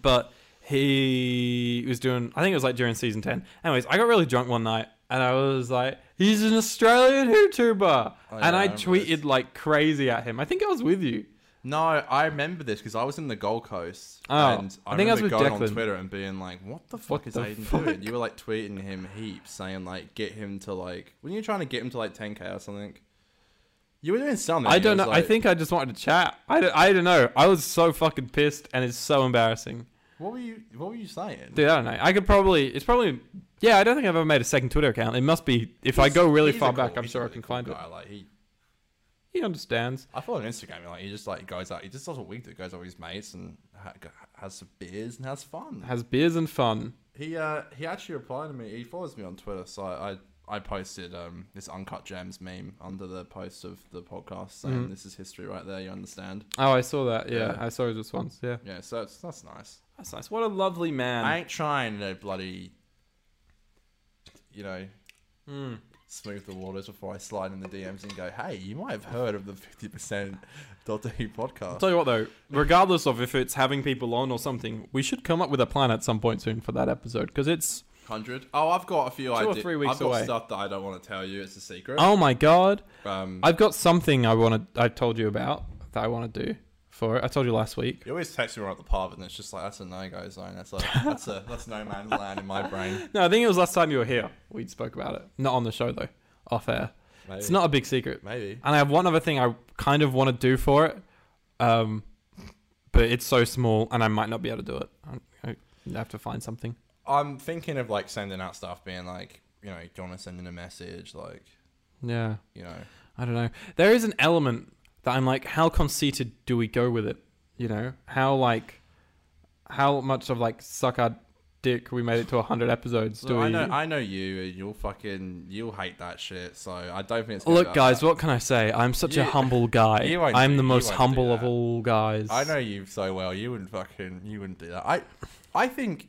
S1: but he was doing, I think it was like during season 10. Anyways, I got really drunk one night and I was like, he's an Australian YouTuber.
S2: Oh, yeah,
S1: and
S2: I
S1: I
S2: remember
S1: tweeted
S2: this.
S1: like crazy at him. I think I was with you.
S2: No, I remember this because I was in the Gold Coast,
S1: Oh,
S2: and I,
S1: I think I was
S2: remember
S1: with
S2: going
S1: Declan.
S2: on Twitter and being like, "What the fuck
S1: What
S2: is
S1: the
S2: Aiden
S1: fuck?
S2: doing?" You were like tweeting him heaps, saying like, "Get him to like," when you trying to get him to like 10k or something. You were doing something.
S1: I
S2: It
S1: don't
S2: was
S1: know. I
S2: like-
S1: think I just wanted to chat. I don't, I don't know. I was so fucking pissed and it's so embarrassing.
S2: What were you? What were you saying?
S1: Dude, I don't know. I could probably, it's probably, yeah, I don't think I've ever made a second Twitter account. It must be, if I
S2: He's-
S1: go really
S2: he's a
S1: far
S2: cool-
S1: back, I'm
S2: he's a
S1: sure I
S2: really
S1: can
S2: cool
S1: find
S2: guy.
S1: it.
S2: Like he,
S1: He understands.
S2: I follow him on Instagram. and, Like he just like goes out. He just does what we do. Goes out with his mates and ha- go- has some beers and has fun.
S1: Has beers and fun.
S2: He uh he actually replied to me. He follows me on Twitter, so I I, I posted um this uncut gems meme under the post of the podcast saying
S1: Mm-hmm.
S2: this is history right there. You understand?
S1: Oh, I saw that. Yeah,
S2: Yeah.
S1: I saw his response. Yeah.
S2: Yeah, so it's, that's nice.
S1: That's nice. What a lovely man.
S2: I ain't trying to bloody, you know,
S1: Mm.
S2: smooth the waters before I slide in the DMs and go, hey, you might have heard of the fifty percent Doctor Who
S1: I'll
S2: podcast.
S1: tell you what though, regardless of if it's having people on or something, we should come up with a plan at some point soon for that episode because it's
S2: Hundred. Oh, I've got a few
S1: or
S2: ideas.
S1: three weeks
S2: I've got
S1: away.
S2: stuff that I don't want to tell you. It's a secret.
S1: oh my god,
S2: Um,
S1: I've got something I want to I told you about that I want to do for it. I told you last week.
S2: You always text me when we're at the pub, and it's just like that's a no go zone. That's a that's a that's no man's land in my brain.
S1: No, I think it was last time you were here. We spoke about it, not on the show though, off air.
S2: Maybe.
S1: It's not a big secret.
S2: maybe.
S1: And I have one other thing I kind of want to do for it, um, but it's so small and I might not be able to do it. I, I have to find something.
S2: I'm thinking of like sending out stuff, being like, you know, do you want to send in a message? Like,
S1: Yeah.
S2: you know,
S1: I don't know. There is an element that I'm like, how conceited do we go with it? You know, how like, how much of like suck our dick we made it to 100 episodes. Do
S2: Look, I
S1: we?
S2: know, I know you, and you'll fucking, you'll hate that shit. So I don't think it's. Gonna be
S1: Look,
S2: that
S1: guys,
S2: bad.
S1: what can I say? I'm such a
S2: You-
S1: humble guy.
S2: you won't
S1: I'm
S2: do-
S1: the
S2: you
S1: most
S2: won't do
S1: humble of
S2: that.
S1: all guys.
S2: I know you so well. You wouldn't fucking, you wouldn't do that. I, I think.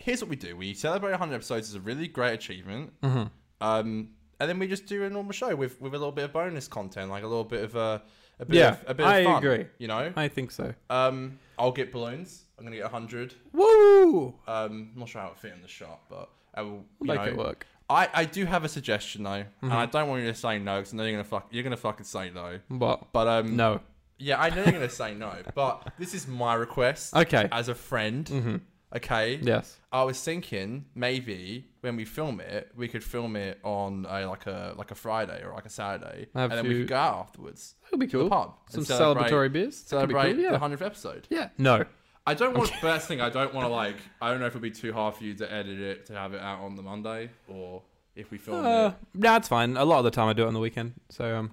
S2: Here's what we do: we celebrate 100 episodes as a really great achievement,
S1: Mm-hmm.
S2: um, and then we just do a normal show with with a little bit of bonus content, like a little bit of a, a bit
S1: Yeah,
S2: of a bit
S1: I
S2: of fun.
S1: agree.
S2: You know,
S1: I think so.
S2: um, I'll get balloons. I'm gonna get 100.
S1: Woo!
S2: Um, I'm not sure how it fit in the shot, but I will you
S1: Make
S2: know,
S1: it work. Mm-hmm.
S2: I, I do have a suggestion though, and I don't want you to say no because I know you're gonna fuck you're gonna fucking say no.
S1: But
S2: But um,
S1: no.
S2: yeah, I know you're gonna say no. But this is my request
S1: Okay. Mm-hmm.
S2: as a friend. Okay,
S1: Yes.
S2: I was thinking maybe when we film it, we could film it on a like a like a Friday or like a Saturday,
S1: Have
S2: and then we
S1: you-
S2: could go out afterwards,
S1: That'll be
S2: to the
S1: cool.
S2: pub,
S1: Some
S2: and celebrate,
S1: celebratory beers. That could be
S2: celebrate
S1: cool, yeah.
S2: the hundredth episode.
S1: Yeah. No.
S2: I don't want first thing. I don't want to like. I don't know if it'll be too hard for you to edit it to have it out on the Monday or if we film
S1: Uh,
S2: it.
S1: nah, it's fine. A lot of the time I do it on the weekend. So, um,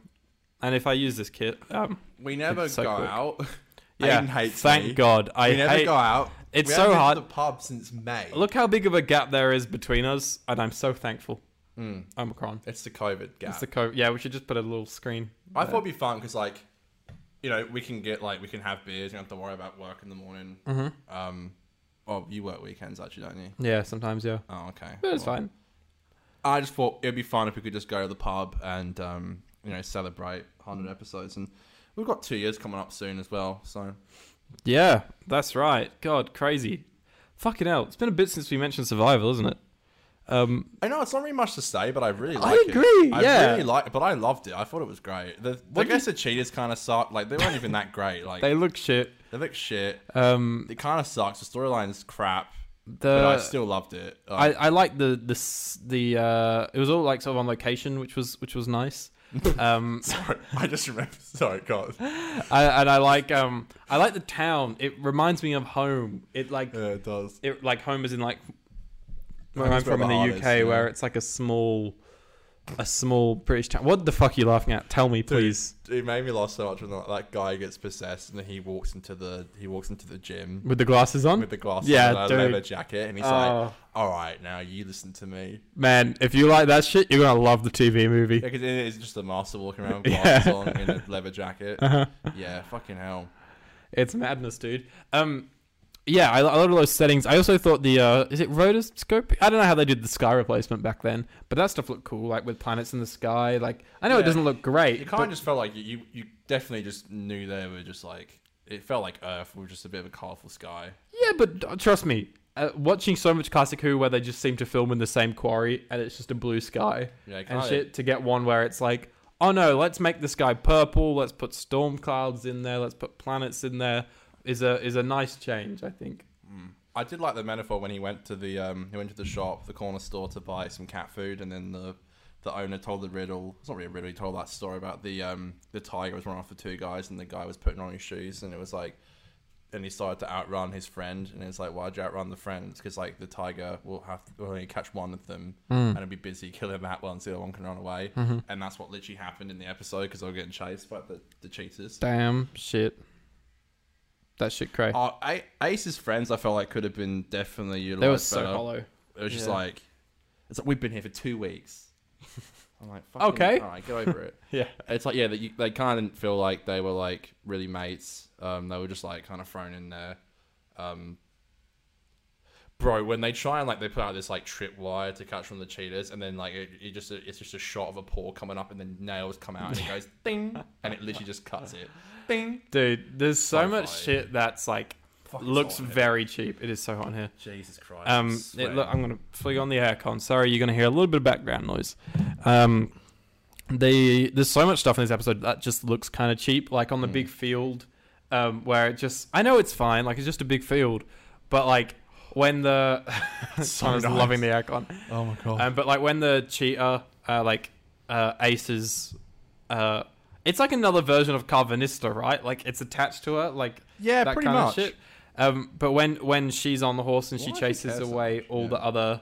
S1: and if I use this kit, um,
S2: We never
S1: it's so
S2: go
S1: quick.
S2: out.
S1: yeah.
S2: Aiden hates
S1: thank
S2: me.
S1: God. I
S2: we never
S1: hate.
S2: go out.
S1: It's
S2: we
S1: so
S2: haven't been
S1: hard.
S2: To the pub since May.
S1: Look how big of a gap there is between us, and I'm so thankful.
S2: Mm.
S1: Omicron.
S2: it's the COVID gap.
S1: It's the co- Yeah, we should just put a little screen.
S2: I thought it'd be fun because like, you know, we can get like we can have beers. We don't have to worry about work in the morning.
S1: Mm-hmm.
S2: Um, well, you work weekends actually, don't you?
S1: Yeah, sometimes yeah,
S2: Oh, okay.
S1: but it's
S2: Well,
S1: fine.
S2: I just thought it'd be fun if we could just go to the pub and um, you know celebrate
S1: Mm.
S2: 100 episodes, and we've got two years coming up soon as well. So
S1: Yeah, that's right. God, crazy. Fucking hell, it's been a bit since we mentioned survival, isn't it? Um,
S2: I know it's not really much to say, but I really
S1: I
S2: like it.
S1: agree,
S2: I
S1: yeah.
S2: really like, but I loved it. I thought it was great. The, I
S1: What do
S2: guess the cheaters kind of sucked. Like they weren't even that great. Like
S1: they
S2: they,
S1: look shit.
S2: look shit.
S1: Um,
S2: It kind of sucks. The storyline's crap, but I
S1: the
S2: still loved it.
S1: Uh, I,
S2: Like,
S1: I like the the s- the uh, it was all like sort of on location, which was which was nice. Um,
S2: sorry, I just remember. Sorry, God.
S1: I, and I like um I like the town. It reminds me of home. It like
S2: Yeah, it does.
S1: it like home is in like where
S2: Home
S1: I'm
S2: is where
S1: from in the
S2: the heart
S1: UK,
S2: is, yeah.
S1: where it's like a small, a small British town. What the fuck are you laughing at? Tell me, please.
S2: It made me laugh so much when that, that guy gets possessed and then he walks into the he walks into the gym
S1: With the glasses on,
S2: with the glasses
S1: Yeah,
S2: and a
S1: dude.
S2: leather jacket, and he's like,
S1: Oh.
S2: "All right, now you listen to me."
S1: man. If you like that shit, you're gonna love the TV movie.
S2: Because it is just a master walking around with
S1: Yeah. Uh-huh.
S2: glasses on in a leather jacket. Yeah, fucking hell.
S1: It's madness, dude. Um, yeah, I, I love all those settings. I also thought the uh, is it rotoscope? I don't know how they did the sky replacement back then, but that stuff looked cool, like with planets in the sky. Like I know it
S2: Yeah.
S1: doesn't look
S2: It
S1: great.
S2: kind
S1: But
S2: of just felt like you, you, you definitely just knew they were just like it felt like Earth was just a bit of a colorful sky.
S1: yeah, but d- trust me, uh, watching so much classic Who where they just seem to film in the same quarry and it's just a blue sky
S2: Yeah, it
S1: and
S2: kinda-
S1: shit to get one where it's like, oh no, let's make the sky purple. Let's put storm clouds in there. Let's put planets in there. Is a is a nice change, I think.
S2: I did like the metaphor when he went to the um he went to the shop, the corner store to buy some cat food, and then the the owner told the riddle. It's not really a riddle. He told that story about the um the tiger was running after two guys, and the guy was putting on his shoes, and it was like. And he started to outrun his friend, and it's like, why'd you outrun the friend? Because like the tiger will have will only catch one of them,
S1: Hmm.
S2: and it'll be busy killing that one, so the other one can run away.
S1: Mm-hmm.
S2: And that's what literally happened in the episode because they were getting chased by the, the cheaters.
S1: Damn shit. That shit cray.
S2: Uh, I, Ace's friends, I felt like could have been definitely utilized.
S1: They were so
S2: better.
S1: hollow.
S2: It was just
S1: Yeah.
S2: like, it's like we've been here for two weeks. I'm like, fucking,
S1: Okay.
S2: all right, get over it.
S1: Yeah.
S2: It's like, yeah, that you, they kind of didn't feel like they were like really mates. Um, they were just like kind of thrown in there. Um, bro, when they try and like they put out this like trip wire to catch from the cheaters, and then like it, it just it's just a shot of a paw coming up, and then nails come out, and it goes ding, and it literally just cuts it, ding.
S1: Dude, there's so
S2: Sci-fi.
S1: much shit that's like
S2: Fucking
S1: looks
S2: solid.
S1: very cheap. It is so hot in here.
S2: Jesus Christ.
S1: Um, it, look, I'm gonna flick on the aircon. Sorry, you're gonna hear a little bit of background noise. Um, the there's so much stuff in this episode that just looks kind of cheap, like
S2: Hmm.
S1: on the big field, um, where it just I know it's fine, like it's just a big field, but like when the
S2: So
S1: I was
S2: nice.
S1: loving the aircon.
S2: oh my god.
S1: Um, but like when the cheater, uh, like uh, aces, uh, it's like another version of Carvanista, right? Like it's attached to her, like
S2: Yeah,
S1: that
S2: pretty
S1: kind
S2: much.
S1: of shit. Um, but when when she's on the horse and she
S2: Why do you
S1: chases
S2: care so
S1: away
S2: much?
S1: all
S2: Yeah.
S1: the other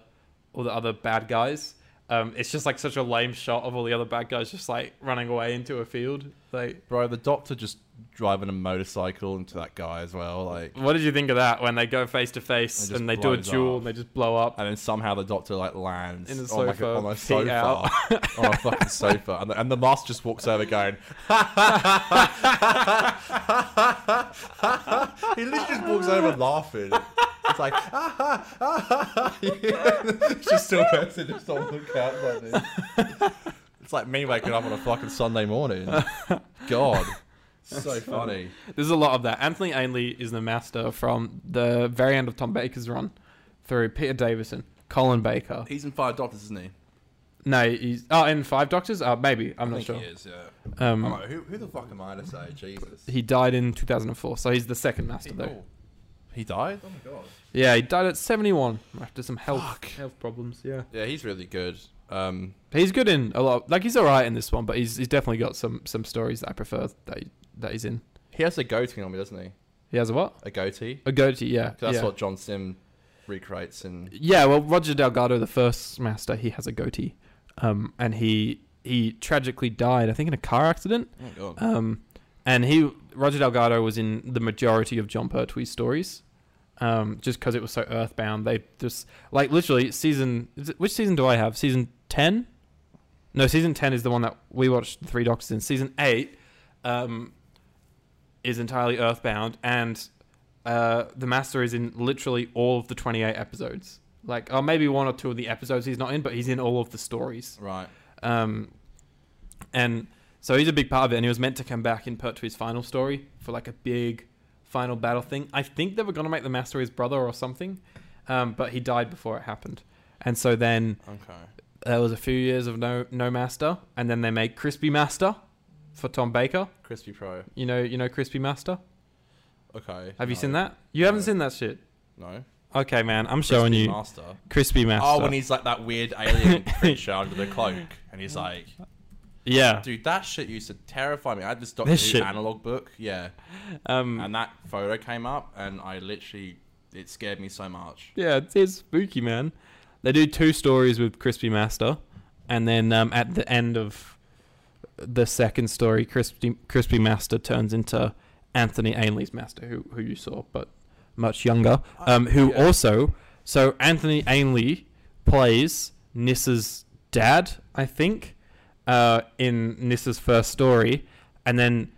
S1: all the other bad guys, um, it's just like such a lame shot of all the other bad guys just like running away into a field. Like
S2: Bro, the doctor just driving a motorcycle into that guy as well. Like,
S1: What did you think of that when they go face to face
S2: It just
S1: and they do a
S2: blows
S1: duel
S2: up.
S1: and they just blow up?
S2: and then somehow the doctor like lands
S1: In the
S2: on, like, a-
S1: sofa,
S2: on a
S1: feet
S2: sofa,
S1: out.
S2: on a fucking sofa, and the, and the master just walks over going, he literally just walks over laughing. It's like, she's still person just on the couch like this. It's like me waking up on a fucking Sunday morning. God, so funny.
S1: There's a lot of that. Anthony Ainley is the master from the very end of Tom Baker's run through Peter Davison, Colin Baker.
S2: He's in Five Doctors, isn't he?
S1: No, he's oh, in Five Doctors. Uh, maybe I'm
S2: I
S1: not
S2: think
S1: sure.
S2: he is. Yeah. I'm
S1: Um,
S2: like, who, who the fuck am I to say? Jesus.
S1: he died in 2004, so he's the second master though.
S2: Oh. He died? Oh my god.
S1: Yeah, he died at 71 after some health
S2: Fuck.
S1: health problems. Yeah,
S2: Yeah, he's really good. Um,
S1: he's good in a lot. like he's all right in this one, but he's he's definitely got some some stories that I prefer that he, that he's in.
S2: he has a goatee on me, doesn't he?
S1: He has a what?
S2: A goatee.
S1: A goatee. Yeah,
S2: 'Cause That's
S1: yeah.
S2: what John Sim recreates in.
S1: Yeah, well, Roger Delgado, the first master, he has a goatee, um, and he he tragically died, I think, in a car accident.
S2: Oh my god.
S1: Um, and he Roger Delgado was in the majority of John Pertwee's stories, um, just because it was so earthbound. They just like literally season. is it- Which season do I have? Season ten? No, season ten is the one that we watched the Three Doctors in. Season eight um, is entirely earthbound, and uh, the Master is in literally all of the twenty-eight episodes. Like, oh, maybe one or two of the episodes he's not in, but he's in all of the stories.
S2: Right.
S1: Um, and so he's a big part of it, and he was meant to come back in Pertwee's final story for like a big final battle thing. I think they were going to make the Master his brother or something, um, but he died before it happened. And so then
S2: Okay.
S1: there was a few years of no no Master, and then they made Crispy Master for Tom Baker.
S2: Crispy Pro.
S1: You know, you know Crispy Master.
S2: Okay.
S1: Have you
S2: no.
S1: seen that? You haven't
S2: No.
S1: seen that shit.
S2: No.
S1: Okay, man, I'm showing
S2: Crispy
S1: you
S2: Master.
S1: Crispy Master.
S2: Oh, when he's like that weird alien creature under the cloak, and he's like,
S1: yeah.
S2: "Dude, that shit used to terrify me." I had this Doctor
S1: This
S2: Who
S1: shit-
S2: analog book, yeah,
S1: Um,
S2: and that photo came up, and I literally, it scared me so much.
S1: Yeah, it's, it's spooky, man. They do two stories with Crispy Master, and then um, at the end of the second story, Crispy Crispy Master turns into Anthony Ainley's Master, who who you saw, but much younger. Um, who
S2: yeah.
S1: also so Anthony Ainley plays Nissa's dad, I think, uh, in Nissa's first story, and then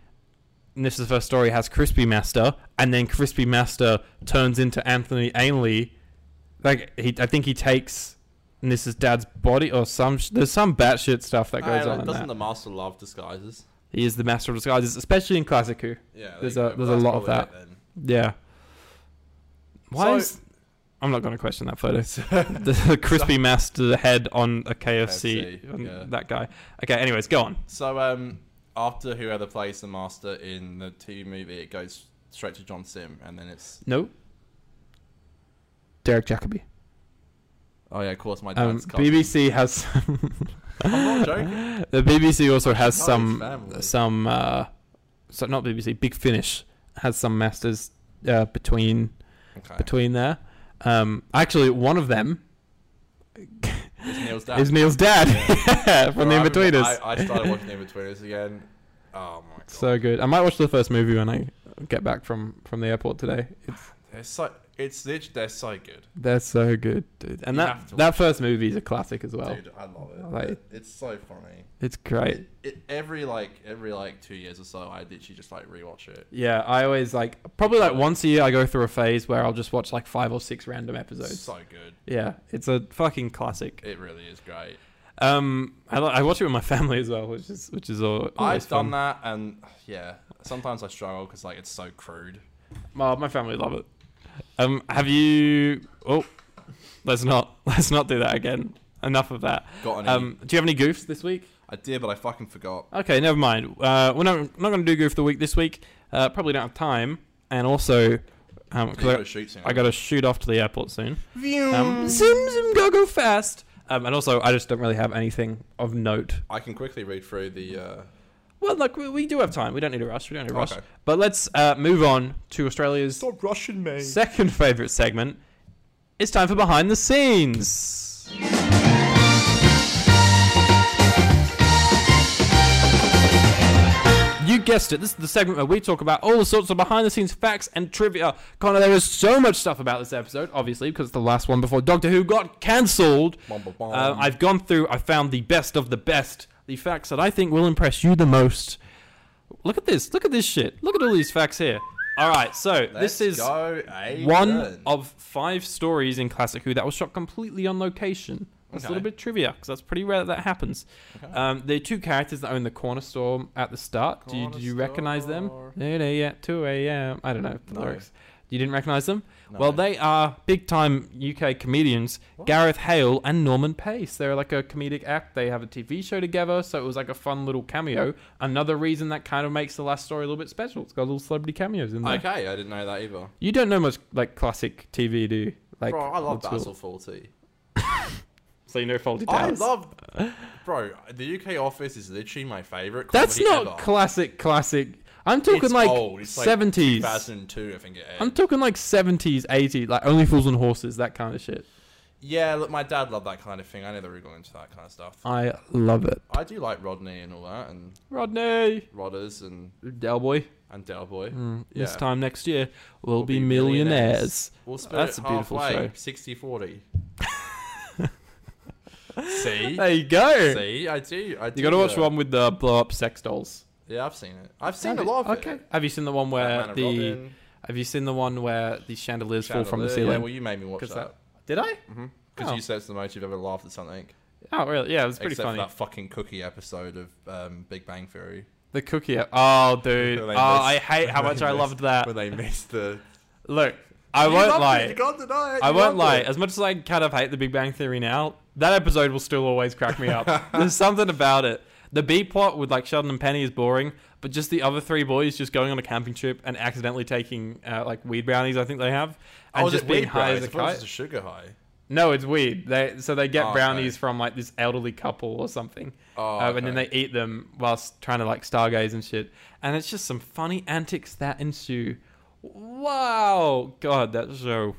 S1: Nissa's first story has Crispy Master, and then Crispy Master turns into Anthony Ainley. Like he, I think he takes Nissa's dad's body or some. Sh- there's some batshit stuff that goes
S2: Hey,
S1: on. in
S2: Ah, doesn't
S1: that.
S2: the Master love disguises?
S1: he is the master of disguises, especially in Classic Who.
S2: Yeah, there
S1: There's
S2: you
S1: a-
S2: go.
S1: there's
S2: Well,
S1: a
S2: that's
S1: lot of
S2: probably
S1: that.
S2: it then.
S1: Yeah. Why
S2: So-
S1: is? I'm not going to question that photo. the Crispy Master head on a KFC.
S2: KFC,
S1: on
S2: yeah.
S1: That guy. Okay. Anyways, go on.
S2: So um, after whoever plays the master in the TV movie, it goes straight to John Sim, and then it's
S1: No. Derek Jacobi.
S2: oh yeah, of course my
S1: Um,
S2: dad's um,
S1: BBC has some.
S2: I'm not joking.
S1: The BBC also has
S2: know his
S1: some
S2: family.
S1: some uh, so not BBC Big Finish has some masters uh, between
S2: Okay,
S1: between there. Um, actually, one of them
S2: it's Neil's dad.
S1: is Neil's dad yeah, from
S2: Well,
S1: the
S2: I remember-
S1: Inbetweeners.
S2: I, I started watching the Inbetweeners again. Oh my god,
S1: so good. I might watch the first movie when I get back from from the airport today. It's
S2: they're so it's literally they're so good,
S1: they're so good, dude. And
S2: You
S1: that
S2: have to
S1: that first movie is a classic as well.
S2: dude. I love it.
S1: like-
S2: It- it's so funny.
S1: It's great.
S2: It, it, every like every like two years or so, I literally just like rewatch it.
S1: Yeah, I always like probably like once a year I go through a phase where I'll just watch like five or six random
S2: It's
S1: episodes.
S2: so good.
S1: Yeah, it's a fucking classic.
S2: It really is great.
S1: Um, I, li- I watch it with my family as well, which is which is all. always
S2: I've done
S1: fun.
S2: that, and yeah, sometimes I struggle because like it's so crude.
S1: My, my family love it. Um, have you? Oh, let's not let's not do that again. Enough of that.
S2: Got any?
S1: Um, do you have any goofs this week?
S2: I did, but I fucking forgot.
S1: Okay, never mind. Uh, we're not not going to do goof the week this week. Uh, probably don't have time, and also, um, 'cause I- I got to shoot off to the airport soon. Um, zoom zoom go go fast. Um, and also, I just don't really have anything of note
S2: I can quickly read through the. Uh,
S1: Well, look, we, we do have time. We don't need to rush. We don't need to rush.
S2: Okay.
S1: But let's uh, move on to Australia's
S2: Stop rushing me.
S1: second favourite segment. It's time for behind the scenes. You guessed it. This is the segment where we talk about all sorts of behind the scenes facts and trivia. Connor, there is so much stuff about this episode, obviously, because it's the last one before Doctor Who got cancelled.
S2: Bum, bum, bum.
S1: Uh, I've gone through, I found the best of the best, the facts that I think will impress you the most. Look at this. Look at this shit. Look at all these facts here. All right, so
S2: Let's
S1: this is
S2: go,
S1: one
S2: Aiden.
S1: of five stories in Classic Who that was shot completely on location. That's a
S2: Okay.
S1: little bit trivia because that's pretty rare that that happens. Um, the two characters that own the corner store at the start. Do you, do you
S2: Corner
S1: recognize them?
S2: store.
S1: 8 a.m., 2 a.m. I don't know the
S2: No.
S1: lyrics. You didn't recognize them?
S2: No.
S1: Well, they are big time UK comedians, Gareth Hale and Norman Pace. They're like a comedic act. They have a TV show together, so it was like a fun little cameo. Another reason that kind of makes the last story a little bit special. It's got little celebrity cameos in there.
S2: Okay, I didn't know that either.
S1: You don't know much like classic TV, do you? Like,
S2: bro, I love
S1: old school.
S2: Basil Fawlty.
S1: So you know Faulty
S2: I
S1: Towers.
S2: love, bro. The UK Office is literally my favorite.
S1: That's
S2: comedy
S1: not
S2: ever.
S1: classic, classic. I'm talking
S2: It's
S1: like
S2: old. It's like
S1: seventies.
S2: 2002, I think it is.
S1: I'm talking like seventies, eighties, like Only Fools and Horses, that kind of shit.
S2: yeah, look, my dad loved that kind of thing. I never really got into that kind of stuff.
S1: I love it.
S2: I do like Rodney and all that, and
S1: Rodney,
S2: Rodders and
S1: Del Boy.
S2: and Del Boy.
S1: Mm,
S2: yeah.
S1: This time next year, we'll,
S2: We'll
S1: be,
S2: be
S1: millionaires.
S2: We'll split
S1: That's
S2: it
S1: a beautiful
S2: halfway,
S1: show.
S2: 60-40. See,
S1: There you go.
S2: see, I do. I do
S1: You got to watch
S2: that.
S1: one with the blow up sex dolls.
S2: Yeah, I've seen it. I've seen a
S1: Have you-
S2: lot of
S1: okay.
S2: it.
S1: Have you seen the one
S2: Batman
S1: where
S2: and
S1: the?
S2: Robin,
S1: Have you seen the one where the chandeliers fall from the
S2: Chandelier. Yeah,
S1: ceiling?
S2: well, you made me watch
S1: 'Cause
S2: that.
S1: Did I?
S2: Because
S1: Oh.
S2: you said it's the most you've ever laughed at something.
S1: Oh, really? Yeah, it was pretty
S2: Except
S1: funny.
S2: for that fucking cookie episode of um, Big Bang Theory.
S1: The cookie. app- Oh, dude.
S2: When
S1: Oh,
S2: they
S1: I
S2: missed-
S1: hate how
S2: when
S1: much
S2: they
S1: I
S2: missed-
S1: loved that.
S2: When they missed the.
S1: Look, Uh, I
S2: You
S1: won't
S2: loved it,
S1: lie.
S2: You can't deny it.
S1: I
S2: you
S1: won't lie.
S2: loved it.
S1: As much as I kind of hate The Big Bang Theory now, that episode will still always crack me up. There's something about it. The B plot with like Sheldon and Penny is boring, but just the other three boys just going on a camping trip and accidentally taking uh, like weed brownies, I think they have, and
S2: oh,
S1: just
S2: just
S1: being
S2: weed
S1: high
S2: brownies?
S1: as a
S2: I thought it was
S1: kite.
S2: just a sugar high.
S1: No, it's weed. They so they get
S2: Oh, okay.
S1: brownies from like this elderly couple or something,
S2: Oh,
S1: uh, and then
S2: okay.
S1: they eat them whilst trying to like stargaze and shit. And it's just some funny antics that ensue. Wow, God, that show.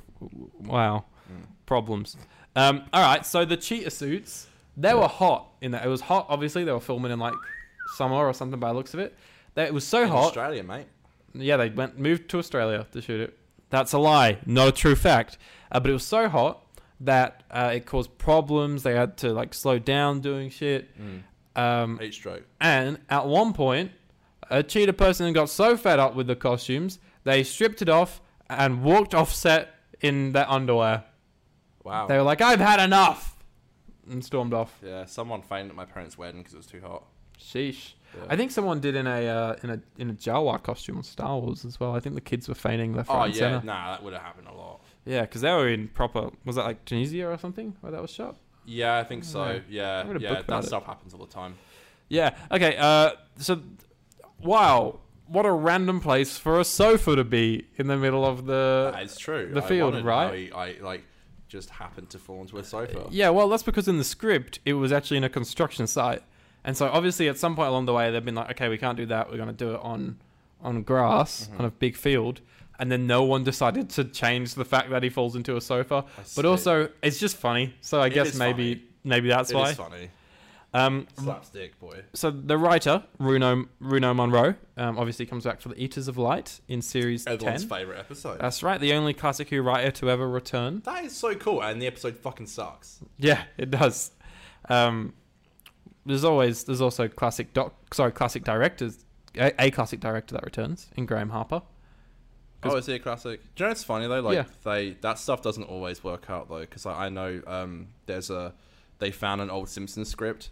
S1: Wow,
S2: Mm.
S1: problems. Um, all right, so the cheetah suits they were hot in that. It was hot. Obviously, they were filming in like summer or something by the looks of it. They, it was so
S2: In
S1: hot.
S2: Australia, mate.
S1: Yeah, they went moved to Australia to shoot it. That's a lie, not a true fact. Uh, but it was so hot that uh, it caused problems. They had to like slow down doing shit.
S2: Mm.
S1: Um,
S2: Heat stroke.
S1: and at one point, a cheetah person got so fed up with the costumes they stripped it off and walked off set in their underwear.
S2: Wow.
S1: They were like, "I've had enough," and stormed off.
S2: yeah, someone fainted at my parents' wedding because it was too hot.
S1: Sheesh.
S2: Yeah.
S1: I think someone did in a uh, in a in a Jawa costume on Star Wars as well. I think the kids were feigning left, right,
S2: Oh
S1: and
S2: yeah,
S1: center.
S2: nah, that would have happened a lot.
S1: Yeah, because they were in proper. Was that like Tunisia or something where that was shot?
S2: Yeah, I think so.
S1: know. I
S2: Yeah,
S1: read a book
S2: yeah,
S1: about
S2: that
S1: it.
S2: stuff happens all the time.
S1: Yeah. Okay. Uh. So, wow, what a random place for a sofa to be in the middle of
S2: That
S1: the.
S2: is true.
S1: the
S2: I
S1: field,
S2: wondered
S1: right? Uh,
S2: how he- I, like just happened to fall onto a sofa.
S1: Yeah. Well, that's because in the script it was actually in a construction site, and so obviously at some point along the way they've been like, okay, we can't do that. We're gonna do it on, on grass
S2: Mm-hmm.
S1: on a big field. And then no one decided to change the fact that he falls into a sofa.
S2: see.
S1: But also, it's just funny. So I
S2: It
S1: guess
S2: is
S1: maybe
S2: funny.
S1: maybe that's
S2: It
S1: why.
S2: is funny.
S1: Um,
S2: Slapstick boy.
S1: so the writer Runo Runo Monroe um, obviously comes back for the Eaters of Light in series
S2: Everyone's
S1: ten.
S2: favorite episode.
S1: That's right, the only classic Who writer to ever return.
S2: that is so cool, and the episode fucking sucks.
S1: Yeah, it does. Um, there's always there's also classic doc sorry classic directors a, a classic director that returns in Graham Harper. 'Cause-
S2: Oh, is it a classic? Do you know it's funny though? Like
S1: Yeah.
S2: they that stuff doesn't always work out though, because I know um, there's a they found an old Simpsons script.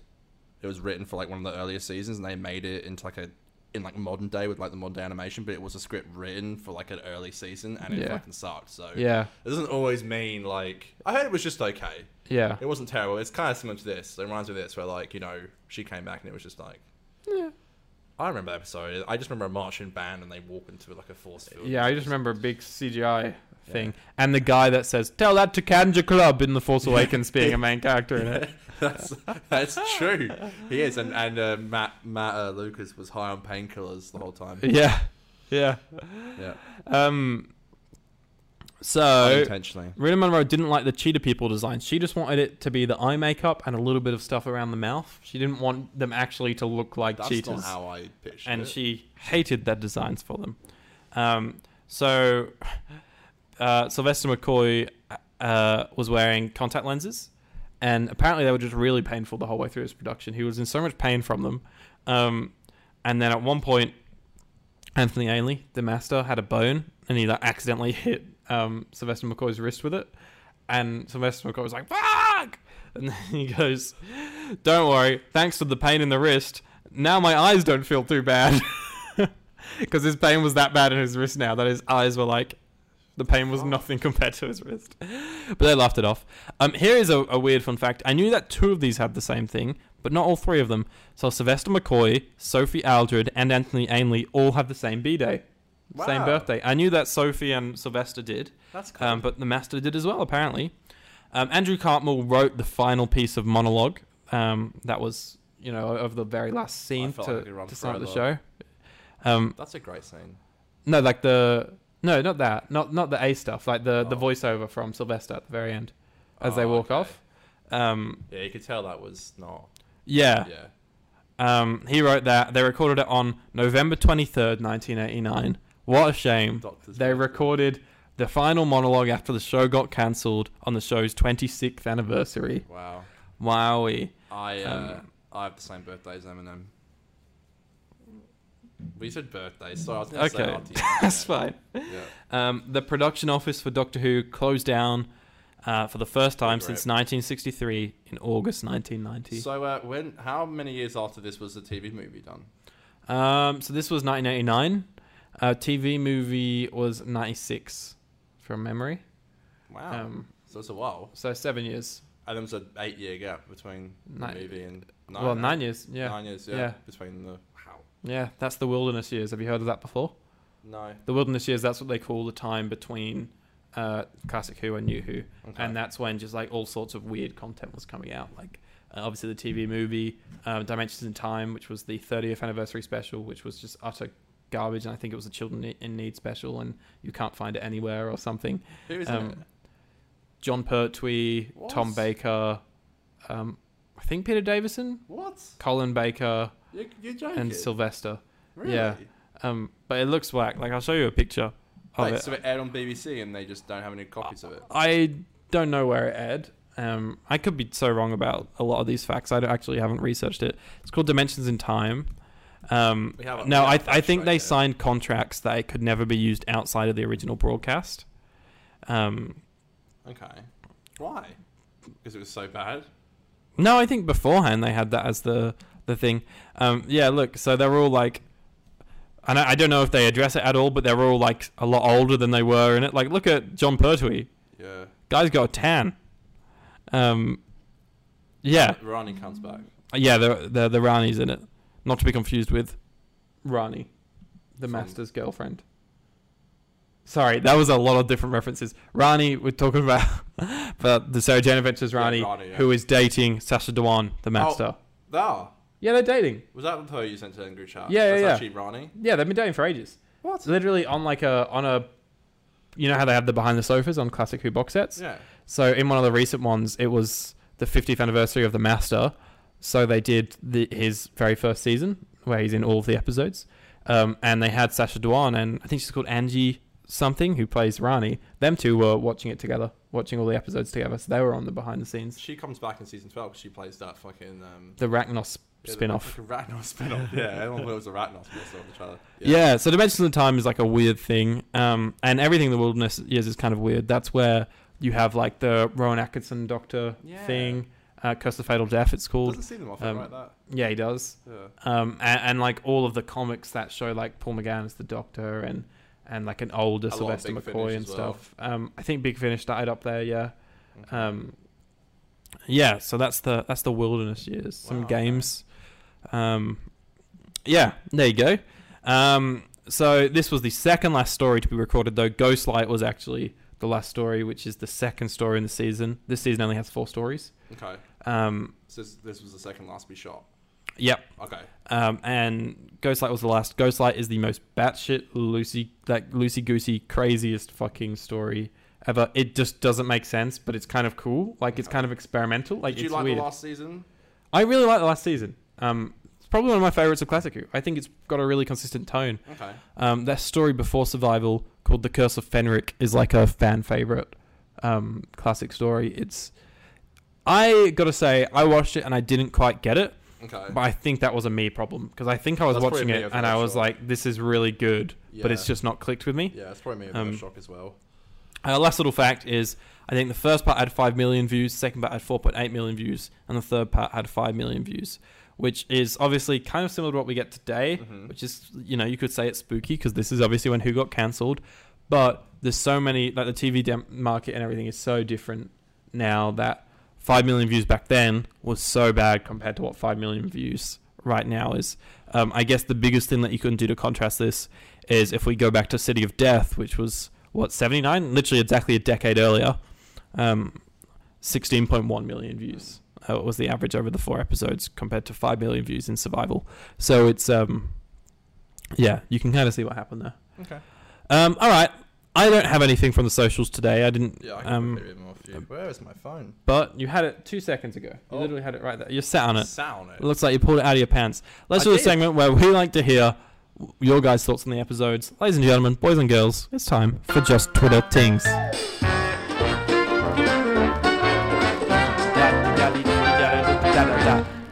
S2: It was written for like one of the earlier seasons, and they made it into like a in like modern day with like the modern animation, but it was a script written for like an early season, and it
S1: Yeah.
S2: fucking sucked. So
S1: Yeah,
S2: it doesn't always mean like I heard it was just okay.
S1: yeah,
S2: It wasn't terrible. It's kind of similar to this. It reminds me of this, where like you know she came back and it was just like.
S1: Yeah.
S2: I remember that episode. I just remember a marching band and they walk into like a force field.
S1: yeah. I just remember a big CGI thing and the guy that says tell that to Kanja Club in The Force Awakens being a main character in it.
S2: that's that's true. He is, and and uh, Matt Matt uh, Lucas was high on painkillers the whole time.
S1: Yeah, yeah.
S2: Yeah,
S1: Um, So
S2: unintentionally.
S1: Rita Monroe didn't like the cheetah people design. She just wanted it to be the eye makeup and a little bit of stuff around the mouth. She didn't want them actually to look like
S2: That's
S1: cheetahs.
S2: not how I pictured
S1: and
S2: it.
S1: she hated their designs for them. Um, so uh, Sylvester McCoy uh, was wearing contact lenses, and apparently they were just really painful the whole way through his production. He was in so much pain from them, um, and then at one point, Anthony Ainley, the master, had a bone, and he like accidentally hit um, Sylvester McCoy's wrist with it, and Sylvester McCoy was like, "Fuck!" And then he goes, "Don't worry, thanks to the pain in the wrist, now my eyes don't feel too bad." Because his pain was that bad in his wrist now that his eyes were like, the pain was nothing compared to his wrist. But they laughed it off. Um, here is a, a weird fun fact. I knew that two of these had the same thing, but not all three of them. So Sylvester McCoy, Sophie Aldred, and Anthony Ainley all have the same B day, same
S2: Wow.
S1: birthday. I knew that Sophie and Sylvester did,
S2: That's cool.
S1: um, but the master did as well, apparently. Um, Andrew Cartmell wrote the final piece of monologue. Um, that was, you know, of the very last scene
S2: felt
S1: to,
S2: like I could run
S1: to start the show.
S2: forever.
S1: Um,
S2: That's a great scene.
S1: no, like the no, not that, not not the A stuff, like the the
S2: Oh.
S1: voiceover from Sylvester at the very end as
S2: Oh,
S1: they walk
S2: okay.
S1: off. Um,
S2: Yeah, you could tell that was not.
S1: yeah,
S2: Yeah.
S1: Um, he wrote that. They recorded it on November twenty third, nineteen eighty nine. What a shame.
S2: Doctor's
S1: They
S2: birthday.
S1: recorded the final monologue after the show got cancelled on the show's twenty sixth anniversary.
S2: Wow.
S1: Wowie.
S2: I uh,
S1: Um,
S2: I have the same birthday as Eminem. We said birthday, so I was gonna
S1: Okay.
S2: say RTM.
S1: That's fine.
S2: Yeah.
S1: Um, the production office for Doctor Who closed down uh, for the first time since 1963 in August 1990.
S2: So uh, when? How many years after this was the TV movie done?
S1: Um, so this was 1989. Uh, TV movie was 96 from memory.
S2: Wow.
S1: Um,
S2: so it's a while.
S1: so seven years.
S2: And there was an eight-year gap between
S1: Nine-
S2: the movie and
S1: well,
S2: no,
S1: nine years. Yeah.
S2: Nine years. Yeah.
S1: Yeah.
S2: Between the wow.
S1: Yeah. That's the wilderness years. Have you heard of that before?
S2: No.
S1: The wilderness years, that's what they call the time between uh, Classic Who and New Who.
S2: Okay.
S1: And that's when just like all sorts of weird content was coming out. Like uh, obviously the TV movie, uh, Dimensions in Time, which was the 30th anniversary special, which was just utter garbage. And I think it was a Children in Need special, and you can't find it anywhere or something.
S2: Who is
S1: um,
S2: it?
S1: John Pertwee, Tom
S2: What?
S1: Baker, um, I think Peter Davison,
S2: What?
S1: Colin Baker,
S2: You're, you're joking.
S1: and Sylvester.
S2: really?
S1: yeah. Um, but it looks whack. Like I'll show you a picture of
S2: Wait,
S1: it.
S2: so it aired on BBC, and they just don't have any copies of it.
S1: I don't know where it aired. Um, I could be so wrong about a lot of these facts. I don't- actually haven't researched it. It's called Dimensions in Time. Um,
S2: We have a-
S1: now,
S2: we
S1: I,
S2: have a
S1: I think
S2: fact
S1: they
S2: right there.
S1: signed contracts that it could never be used outside of the original broadcast. Um,
S2: Okay. Ah. Why? Because it was so bad.
S1: No, I think beforehand they had that as the the thing. Um, yeah, look, so they were all like, and I, I don't know if they address it at all, but they were all like a lot older than they were in it. Like, look at John Pertwee,
S2: Yeah.
S1: guy's got a tan. Um, yeah,
S2: Ronnie comes back.
S1: yeah, the the the Rani's in it, not to be confused with Rani, the
S2: From-
S1: master's girlfriend. Sorry, that was a lot of different references. Rani, we're talking about, but the Sarah Jane Adventures
S2: Yeah,
S1: Rani,
S2: Rani, yeah.
S1: who is dating Sasha Dewan, the master.
S2: Ah,
S1: Yeah, they're dating.
S2: was that her you sent to the group chat?
S1: Yeah, yeah,
S2: That's
S1: yeah.
S2: actually Ronnie.
S1: Yeah, they've been dating for ages.
S2: What?
S1: Literally on like a on a, you know how they have the behind the sofas on classic Who box sets.
S2: Yeah.
S1: So in one of the recent ones, it was the 50th anniversary of the Master, so they did the, his very first season where he's in all of the episodes, um, and they had Sasha Dewan and I think she's called Angie something who plays Rani. Them two were watching it together, watching all the episodes together. So they were on the behind the scenes.
S2: She comes back in season 12 because she plays that fucking. Um,
S1: The Rachnos spin off.
S2: Like a Ratnos spin off. Yeah, everyone thought it was a Ratnos spin off the trailer.
S1: Yeah. so Dimensions of Time is like a weird thing. Um, and everything in the wilderness is is kind of weird. That's where you have like the Rowan Atkinson Doctor
S2: Yeah.
S1: thing, uh, Curse of Fatal Death, it's called.
S2: Doesn't see them often,
S1: Um,
S2: right? That.
S1: Yeah, he does.
S2: Yeah.
S1: Um, and, and like all of the comics that show like Paul McGann as the Doctor and and like an older
S2: A lot of
S1: Sylvester
S2: Big Finish
S1: McCoy and
S2: as well.
S1: stuff. Um, I think Big Finish died up there. Yeah.
S2: Mhm.
S1: Um, yeah, so that's the that's the wilderness years. Some
S2: Wow, okay.
S1: games. Um, yeah, there you go. Um, so this was the second last story to be recorded, though Ghostlight was actually the last story, which is the second story in the season. This season only has four stories.
S2: Okay.
S1: Um,
S2: So this, this was the second last we shot.
S1: yep.
S2: Okay.
S1: Um, and Ghostlight was the last. Ghostlight is the most batshit, loosey, like loosey goosey, craziest fucking story ever. It just doesn't make sense, but it's kind of cool. Like it's kind of experimental. Like
S2: Did you
S1: it's
S2: like
S1: weird.
S2: the last season?
S1: I really like the last season. Um, it's probably one of my favorites of Classic Who. I think it's got a really consistent tone.
S2: Okay.
S1: Um, that story before Survival called The Curse of Fenric is like a fan favorite um, classic story. It's I gotta say I watched it and I didn't quite get it,
S2: Okay.
S1: but I think that was a me problem because I think I was
S2: That's probably
S1: watching
S2: me
S1: it
S2: over
S1: and
S2: that
S1: I was
S2: shot.
S1: like, this is really good, but it's
S2: Yeah.
S1: just not clicked with me.
S2: Yeah, it's probably me a
S1: Um,
S2: um, shock as well.
S1: Uh, last little fact is I think the first part had 5 million views, second part had 4.8 million views, and the third part had 5 million views, which is obviously kind of similar to what we get today,
S2: Mhm.
S1: which is, you know, you could say it's spooky because this is obviously when Who Got Cancelled, but there's so many, like the TV dem- market and everything is so different now that 5 million views back then was so bad compared to what 5 million views right now is. Um, I guess the biggest thing that you can do to contrast this is if we go back to City of Death, which was what 79, literally exactly a decade earlier, um, 16.1 million views uh, was the average over the four episodes compared to 5 million views in Survival. So it's um, yeah, you can kind of see what happened there.
S2: Okay.
S1: Um, all right, I don't have anything from the socials today. I didn't.
S2: Yeah, I can
S1: um,
S2: quickly read them off you. Where is my phone?
S1: but you had it two seconds ago. You
S2: Oh.
S1: literally had it right there. You're sat on it.
S2: Sound it.
S1: It looks like you pulled it out of your pants. Let's
S2: I
S1: do a
S2: did.
S1: segment where we like to hear your guys' thoughts on the episodes. Ladies and gentlemen, boys and girls, it's time for Just Twitter Things.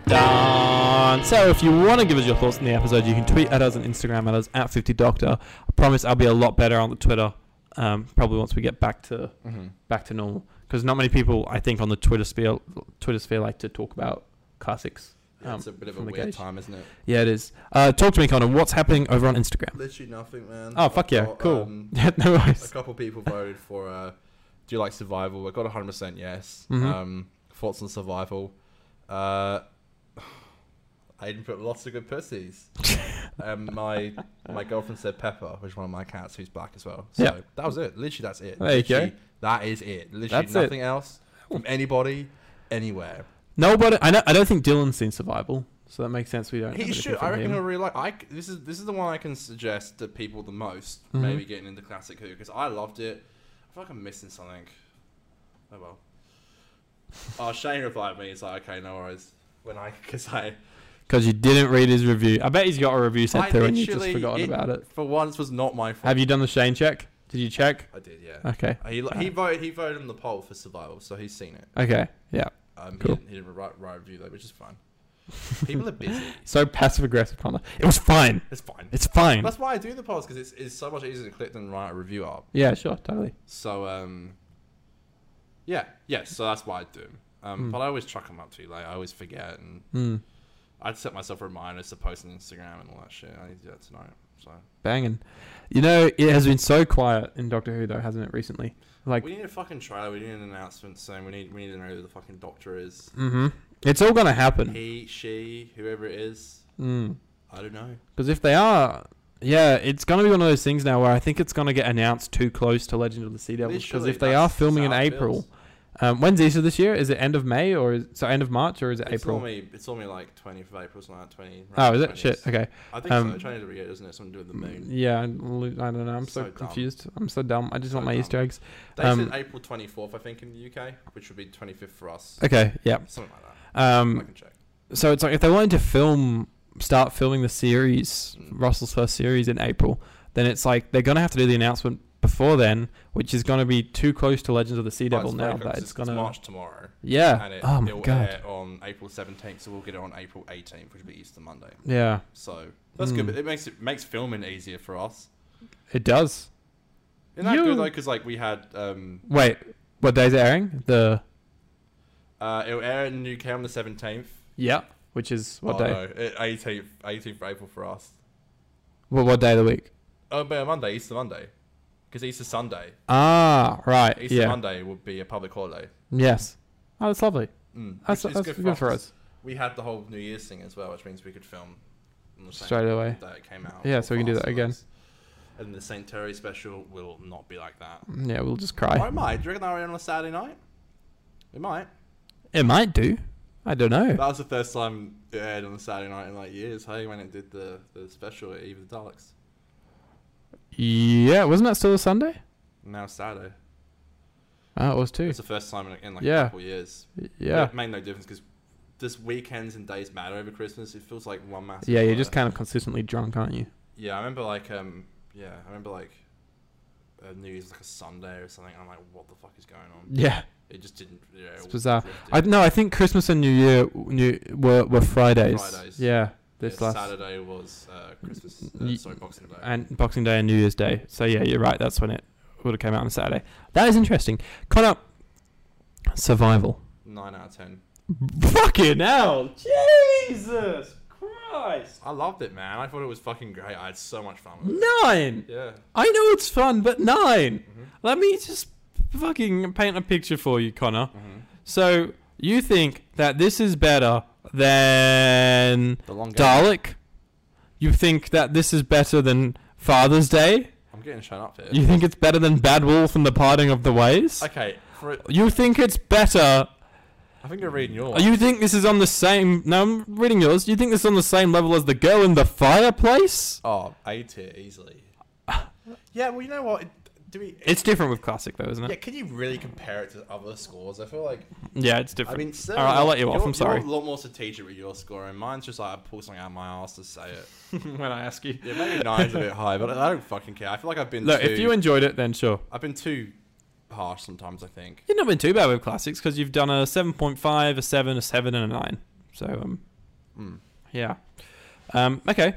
S1: Done. So if you want to give us your thoughts on the episode, you can tweet at us and Instagram at us at 50doctor. I promise I'll be a lot better on the Twitter, um, probably once we get back to
S2: Mhm.
S1: back to normal. Because not many people, I think, on the Twitter sphere, Twitter sphere like to talk about classics.
S2: Yeah, it's a bit of a
S1: Um, from the
S2: weird
S1: cage.
S2: time, isn't it?
S1: Yeah, it is. Uh, talk to me, Connor. What's happening over on Instagram?
S2: Literally nothing, man.
S1: Oh, fuck
S2: I've
S1: yeah.
S2: got,
S1: Cool.
S2: um,
S1: Yeah, no
S2: a
S1: worries.
S2: couple people voted for uh, do you like survival? I got 100% yes.
S1: Mhm.
S2: Um, thoughts on survival? Uh, Aiden put lots of good pussies. um, my my girlfriend said Pepper, which is one of my cats who's black as well. So
S1: Yeah.
S2: that was it. Literally, that's it.
S1: There you go.
S2: Literally, That is it. Literally
S1: That's it.
S2: nothing else from anybody, anywhere.
S1: Nobody. I, know, I don't think Dylan's seen Survival, so that makes sense. We don't. have
S2: He
S1: anything
S2: should. I
S1: from
S2: reckon
S1: him.
S2: he'll really like. I c- this is this is the one I can suggest to people the most.
S1: Mhm.
S2: Maybe getting into classic Who because I loved it. I feel like I'm missing something. Oh well. oh, Shane replied me. He's like, okay, no worries. When I because I
S1: Because you didn't read his review. I bet he's got a review
S2: I
S1: sent through and you've just
S2: literally-
S1: forgotten about it.
S2: for once was not my fault.
S1: Have you done the Shane check? Did you check?
S2: I did, yeah.
S1: Okay.
S2: He, li- he voted. He voted in the poll for survival, so he's seen it.
S1: Okay. Yeah.
S2: Um,
S1: Cool.
S2: he, didn't, he didn't write, write a review though, which is fine. People are busy.
S1: So passive aggressive, Connor. It was fine.
S2: It's fine.
S1: It's fine.
S2: That's why I do the polls because it's, it's so much easier to click than write a review up.
S1: yeah. Sure. Totally.
S2: So um, yeah, yeah. So that's why I do. 'em. Um,
S1: Hmm.
S2: but I always chuck them up too late. I always forget, and
S1: Mm.
S2: I'd set myself reminders to post on Instagram and all that shit. I need to do that tonight. So
S1: Banging. You know, it has been so quiet in Doctor Who though, hasn't it? Recently. Like.
S2: we need a fucking trailer. We need an announcement soon. We need we need to know who the fucking doctor is.
S1: hmm It's all gonna happen.
S2: He, she, whoever it is.
S1: Mm.
S2: I don't know.
S1: Because if they are, yeah, it's going to be one of those things now where I think it's going to get announced too close to Legend of the Sea Devils. Because
S2: Literally,
S1: if they are
S2: that's-
S1: filming in
S2: that's how it feels.
S1: April, um, when's Easter this year? Is it end of May or is so end of March or is it
S2: It's
S1: April?
S2: normally it's normally like twentieth of April, something like twenty.
S1: Oh,
S2: around
S1: is
S2: the
S1: it? Shit.
S2: 20s.
S1: Okay.
S2: I think
S1: Um,
S2: so. Trying to it, isn't it? Something to do with the moon.
S1: Yeah, I don't know. I'm so,
S2: So dumb.
S1: confused. I'm so dumb. I just want
S2: So
S1: my
S2: dumb.
S1: Easter eggs.
S2: They
S1: um,
S2: said April twenty fourth, I think, in the UK, which would be twenty fifth for us.
S1: Okay. Yeah.
S2: Something like that. I
S1: Um,
S2: can check.
S1: so it's like if they wanted to film, start filming the series,
S2: Mm.
S1: Russell's first series in April, then it's like they're going to have to do the announcement before then, which is going to be too close to Legends of the Sea
S2: Well,
S1: Devil
S2: it's
S1: now.
S2: very close.
S1: That it's going to.
S2: March tomorrow.
S1: Yeah.
S2: And it,
S1: oh my
S2: it'll
S1: god.
S2: air on April 17th, so we'll get it on April 18th, which will be Easter Monday.
S1: Yeah,
S2: So that's good.
S1: Hmm.
S2: But it makes it makes filming easier for us.
S1: it does.
S2: Isn't that
S1: You-
S2: good though? Because like we had, um,
S1: Wait, what day's it airing? The
S2: uh, it'll air in the UK on the 17th.
S1: yeah, which is what
S2: oh,
S1: day?
S2: No, it- 18th, 18th of April for us.
S1: What what day of the week?
S2: Oh, but Monday, Easter Monday, because Easter Sunday,
S1: Ah, right.
S2: Easter
S1: yeah.
S2: Monday would be a public holiday.
S1: Yes. Oh, that's lovely.
S2: Mm,
S1: That's,
S2: which is
S1: that's good, for us.
S2: We had the whole New Year's thing as well, which means we could film on the same
S1: Straight away.
S2: that it came out.
S1: Yeah, so we can do that
S2: faster
S1: again.
S2: less. And the St. Terry special will not be like that.
S1: Yeah, we'll just
S2: Or
S1: cry.
S2: it might. Do you reckon that on a Saturday night? It might.
S1: It might do. I don't know.
S2: That was the first time it aired on a Saturday night in like years. Hey, when it did the, the special at Eve of the Daleks.
S1: Yeah, wasn't that still a Sunday?
S2: Now it's Saturday.
S1: Oh, it was two.
S2: It's the first time in, in like
S1: Yeah.
S2: a couple years. But
S1: Yeah.
S2: it made no difference because this weekends and days matter over Christmas. It feels like one massive.
S1: Yeah, you're
S2: blur.
S1: just kind of consistently drunk, aren't you?
S2: Yeah, I remember like um yeah, I remember like uh, New Year's like a Sunday or something. I'm like, what the fuck is going on?
S1: Yeah.
S2: It just didn't. Yeah,
S1: It's
S2: it
S1: bizarre.
S2: drifted.
S1: I no, I think Christmas and New Year new, were were Fridays.
S2: Fridays.
S1: Yeah.
S2: Yeah,
S1: This last
S2: Saturday was uh, Christmas. Uh,
S1: Y-
S2: sorry, Boxing Day.
S1: and Boxing Day and New Year's Day. So yeah, you're right. That's when it would have came out on a Saturday. That is interesting. Connor, survival.
S2: Nine out of ten.
S1: Fucking hell, Jesus Christ!
S2: I loved it, man. I thought it was fucking great. I had so much fun. With it.
S1: Nine.
S2: Yeah.
S1: I know it's fun, but 9
S2: Mhm.
S1: Let me just fucking paint a picture for you, Connor.
S2: Mhm.
S1: So you think that this is better than
S2: The long game.
S1: Dalek? You think that this is better than Father's Day?
S2: I'm getting shown up here.
S1: You think it's better than Bad Wolf and the Parting of the Ways?
S2: Okay. For it,
S1: You think it's better?
S2: I think you're reading your.
S1: You think this is on the same? No, I'm reading yours. You think this is on the same level as the Girl in the Fireplace?
S2: Oh, A tier easily. yeah. Well, you know what? It, do we?
S1: It's different with classic, though, isn't
S2: yeah.
S1: it?
S2: Can you really compare it to other scores? I feel like.
S1: Yeah, it's
S2: I
S1: different.
S2: mean,
S1: All right, I'll let you off.
S2: you're-
S1: I'm sorry.
S2: You're a lot more strategic with your score, and mine's just like I pull something out of my ass to say it.
S1: when I ask you.
S2: Yeah, maybe nine's a bit high, but I don't fucking care. I feel like I've been
S1: Look,
S2: too,
S1: if you enjoyed it, then sure.
S2: I've been too harsh sometimes. I think.
S1: You've not been too bad with classics because you've done a 7.5, a 7, a 7, and a 9. So, um,
S2: Mm.
S1: yeah. Um, okay.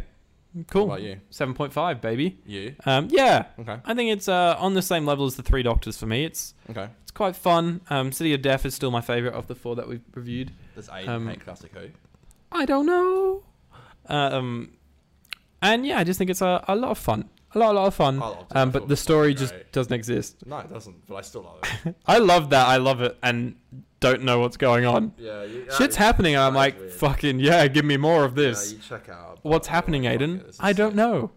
S1: Cool.
S2: What about you?
S1: 7.5, baby.
S2: You
S1: Um, yeah.
S2: okay?
S1: I think it's uh, on the same level as the Three Doctors for me. It's
S2: Okay.
S1: it's quite fun. Um, City of Death is still my favorite of the four that we've reviewed.
S2: Does eight
S1: Um,
S2: make classic who?
S1: I don't know. Um, and yeah, I just think it's a, a lot of fun. A lot, a lot of fun.
S2: I loved it.
S1: Um,
S2: I
S1: but
S2: thought
S1: the
S2: it was
S1: story
S2: fucking
S1: just
S2: Oh, great.
S1: doesn't exist.
S2: No, it doesn't. But I still love it.
S1: I love that. I love it and don't know what's going on.
S2: yeah. You,
S1: Shit's happening, and I'm
S2: that is
S1: like,
S2: weird.
S1: fucking yeah, give me more of
S2: Yeah,
S1: this.
S2: you check out.
S1: What's
S2: You're
S1: happening,
S2: like, fuck
S1: Aiden?
S2: it, this is
S1: I don't
S2: sick.
S1: know.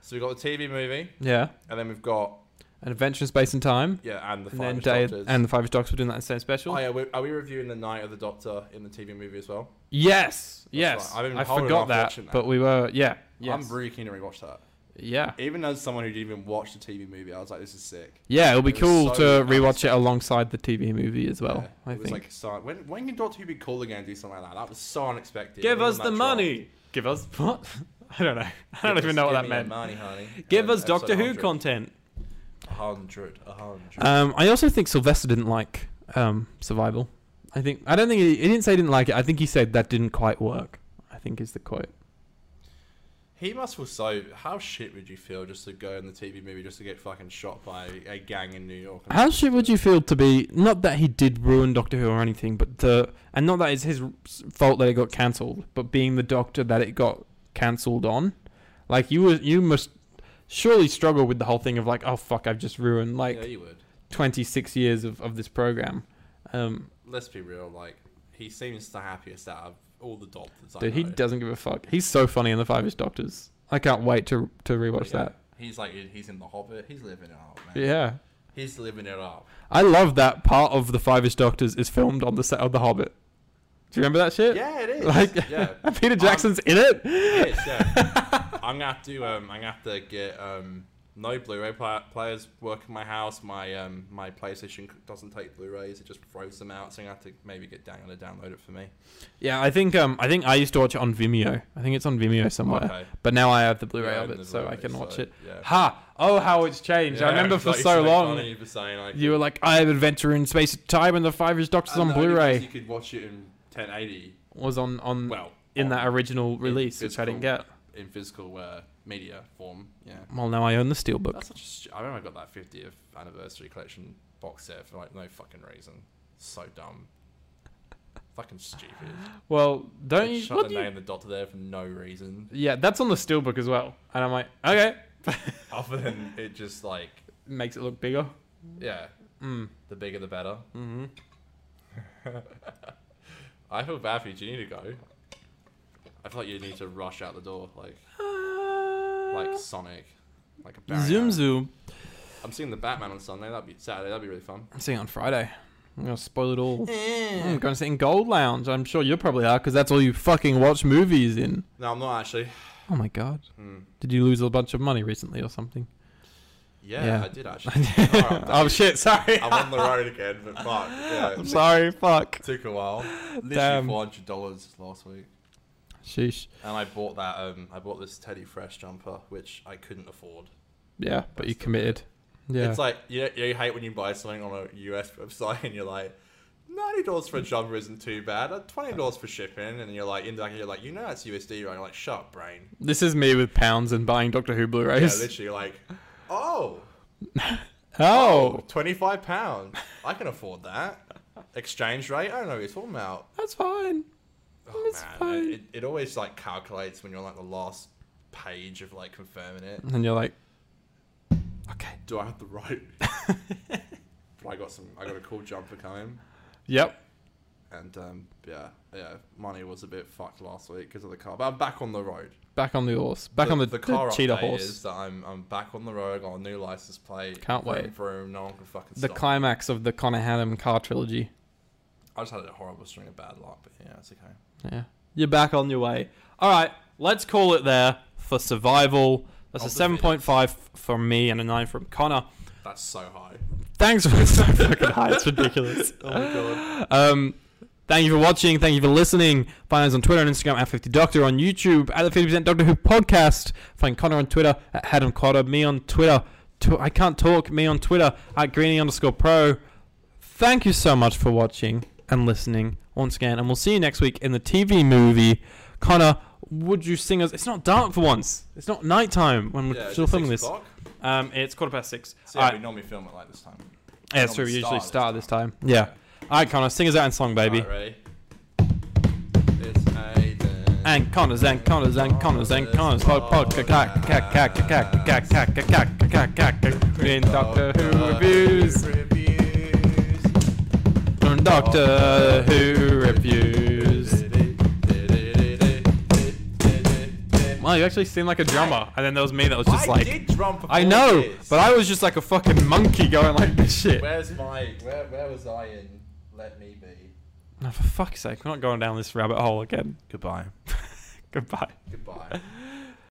S2: So we got the TV movie,
S1: Yeah,
S2: and then we've got
S1: an adventure in space and time,
S2: yeah, and the
S1: and
S2: Five
S1: then day
S2: Doctors.
S1: and the five docs were doing that in the same special.
S2: oh yeah, we- are we reviewing the Night of the Doctor in the TV movie as well?
S1: yes, yes,
S2: right. I've been
S1: I
S2: holding
S1: forgot
S2: off
S1: that,
S2: watching that.
S1: but we were yeah, yes,
S2: I'm really keen to rewatch that.
S1: yeah,
S2: Even as someone who didn't even watch the TV movie, I was like, this is sick.
S1: yeah. It'll be
S2: It was
S1: cool
S2: so
S1: to rewatch it alongside the TV movie as well.
S2: Yeah,
S1: I
S2: it was
S1: think.
S2: like so, when when can Doctor Who be cool again and do something like that? That was so unexpected.
S1: Give
S2: Even
S1: us
S2: that
S1: the
S2: drop.
S1: money. Give us what? I don't know. I don't
S2: Give
S1: even
S2: us-
S1: know what that
S2: give me
S1: meant.
S2: your Money, honey.
S1: Give
S2: Um,
S1: us Doctor Who
S2: episode 100.
S1: content.
S2: A hundred, a hundred.
S1: Um, I also think Sylvester didn't like um, Survival. I think I don't think he, he didn't say he didn't like it. I think he said that didn't quite work. I think is the quote.
S2: he must feel so. How shit would you feel just to go in the TV movie just to get fucking shot by a gang in New York? and-
S1: How shit would you feel to be? Not that he did ruin Doctor Who or anything, but to and not that it's his fault that it got cancelled, but being the Doctor that it got cancelled on, like you were, you must surely struggle with the whole thing of like, oh fuck, I've just ruined like
S2: yeah, you would.
S1: 26 years of, of this program. Um,
S2: Let's be real. Like he seems the happiest out of all the Doctors. I
S1: dude, he
S2: know.
S1: doesn't give a fuck. He's so funny in the Five-ish Doctors. I can't wait to to rewatch
S2: Yeah.
S1: that.
S2: He's like he's in the Hobbit. He's living it up, man.
S1: Yeah.
S2: He's living it up.
S1: I love that part of the Five-ish Doctors is filmed on the set of The Hobbit. Do you remember that shit?
S2: Yeah, it is.
S1: Like,
S2: yeah.
S1: and Peter Jackson's in it.
S2: It is, yeah. I'm gonna have to. Um, I'm gonna have to get um, no Blu-ray pla players work in my house. My um, my PlayStation c- doesn't take Blu-rays; it just throws them out. So I'm gonna have to maybe get Daniel to download it for me.
S1: Yeah, I think um, I think I used to watch it on Vimeo. I think it's on Vimeo somewhere.
S2: Okay.
S1: But now I have the Blu-ray
S2: Yeah,
S1: of
S2: and
S1: it,
S2: the
S1: so I
S2: Blu-ray,
S1: can watch
S2: so,
S1: it.
S2: yeah.
S1: Ha! Oh, how it's changed. I
S2: Yeah,
S1: remember
S2: it's
S1: for
S2: like,
S1: so long.
S2: funny for saying, like,
S1: You were like, I have adventure in space and time, and the Five-ish Doctors
S2: and
S1: on
S2: the only place
S1: Blu-ray
S2: You could watch it in 1080.
S1: was on on
S2: Well, oh,
S1: in
S2: on-
S1: that original release, which I
S2: physical.
S1: didn't get.
S2: in physical uh, media form. Yeah,
S1: Well, now I own the steelbook.
S2: that's such. A stu- I remember I got that 50th anniversary collection box set for like no fucking reason. So dumb. Fucking stupid.
S1: Well, don't
S2: They
S1: you?
S2: shut
S1: what
S2: the
S1: do you-
S2: name of the doctor there for no reason.
S1: Yeah, that's on the steelbook as well. And I'm like, okay,
S2: Other than it just like
S1: makes it look bigger.
S2: yeah,
S1: Mm.
S2: the bigger the better.
S1: Mm-hmm.
S2: I feel bad for you. Do you need to go? I feel like you need to rush out the door like like Sonic, like a barrier.
S1: Uh, zoom zoom.
S2: I'm seeing the Batman on Sunday. That'd be Saturday. That'd be really fun.
S1: I'm seeing it on Friday. I'm gonna spoil it all. I'm gonna sit in Gold Lounge. I'm sure you probably are, because that's all you fucking watch movies in.
S2: No, I'm not actually.
S1: Oh my god.
S2: Hmm.
S1: Did you lose a bunch of money recently or something?
S2: Yeah,
S1: Yeah.
S2: I did actually. All right, I'm,
S1: oh shit! Sorry.
S2: I'm on the road again, but fuck. Yeah,
S1: I'm sorry. Fuck.
S2: Took a while. Literally
S1: Damn.
S2: four hundred dollars last week,
S1: Sheesh.
S2: and I bought that. Um, I bought this Teddy Fresh jumper, which I couldn't afford.
S1: Yeah, but you
S2: That's the-
S1: committed. Yeah.
S2: It's like you, you hate when you buy something on a US website and you're like, ninety dollars for a jumper isn't too bad. uh, Twenty dollars for shipping, and you're like in the back, you're like, you know that's USD, right? You're like, shut up, brain.
S1: this is me with pounds and buying Doctor Who
S2: Yeah,
S1: Blu-rays.
S2: literally, you're like, oh,
S1: oh,
S2: 25 pounds. I can afford that. Exchange rate? I don't know what you're talking about.
S1: that's fine.
S2: Oh,
S1: It's
S2: man.
S1: fine.
S2: It, it always like calculates when you're on, like the last page of like confirming it.
S1: And you're like, okay.
S2: Do I have the right? but I got some. I got a cool jumper coming,
S1: Yep.
S2: and um, yeah, yeah. Money was a bit fucked last week because of the car, but I'm back on the road.
S1: Back on the horse. Back on the, the, cheetah
S2: update
S1: horse.
S2: Is that I'm I'm back on the road. I got a new license plate.
S1: Can't
S2: vroom,
S1: wait.
S2: Vroom, no one can fucking
S1: the
S2: stop. me.
S1: climax of the Conahannum car trilogy.
S2: I just had a horrible string of bad luck, but yeah, it's okay.
S1: Yeah. You're back on your way. All right, let's call it there for survival. That's
S2: Of
S1: a
S2: the
S1: 7.5 from me and a 9 from Connor.
S2: That's so high.
S1: Thanks for so fucking high. It's ridiculous.
S2: Oh my god.
S1: Um, thank you for watching. Thank you for listening. Find us on Twitter and Instagram at 50Doctor, on YouTube at the 50% Doctor Who Podcast. Find Connor on Twitter at Adam Cotter, me on Twitter. Tw- I can't talk. Me on Twitter at Greeny underscore pro. Thank you so much for watching and listening once again. And we'll see you next week in the TV movie. Connor, would you sing us? It's not dark for once. It's not nighttime when we're
S2: Yeah,
S1: still
S2: is it
S1: filming
S2: six
S1: this.
S2: o'clock?
S1: Um, it's quarter past six.
S2: So
S1: All
S2: yeah,
S1: right.
S2: we normally film it like this time.
S1: Yeah, it's true. We
S2: normally
S1: usually
S2: start
S1: start
S2: this
S1: this time. Yeah. All right, Connor, sing us out in song, baby.
S2: Alright, ready? It's Aiden.
S1: And Connors and Connors and Connors and Connors. Hot podcast. cack, cack, cack, cack, cack, cack, cack, cack, cack, cack, cack. In Doctor Who reviews.
S2: Reviews.
S1: In Doctor Who reviews. Wow, you actually seem like a drummer. And then there was me that was just
S2: I
S1: like,
S2: did drum before
S1: I know,
S2: this.
S1: but I was just like a fucking monkey going like this shit.
S2: Where's my. Where, where was I in Let Me Be?
S1: No, for fuck's sake, we're not going down this rabbit hole again.
S2: Goodbye.
S1: Goodbye.
S2: Goodbye.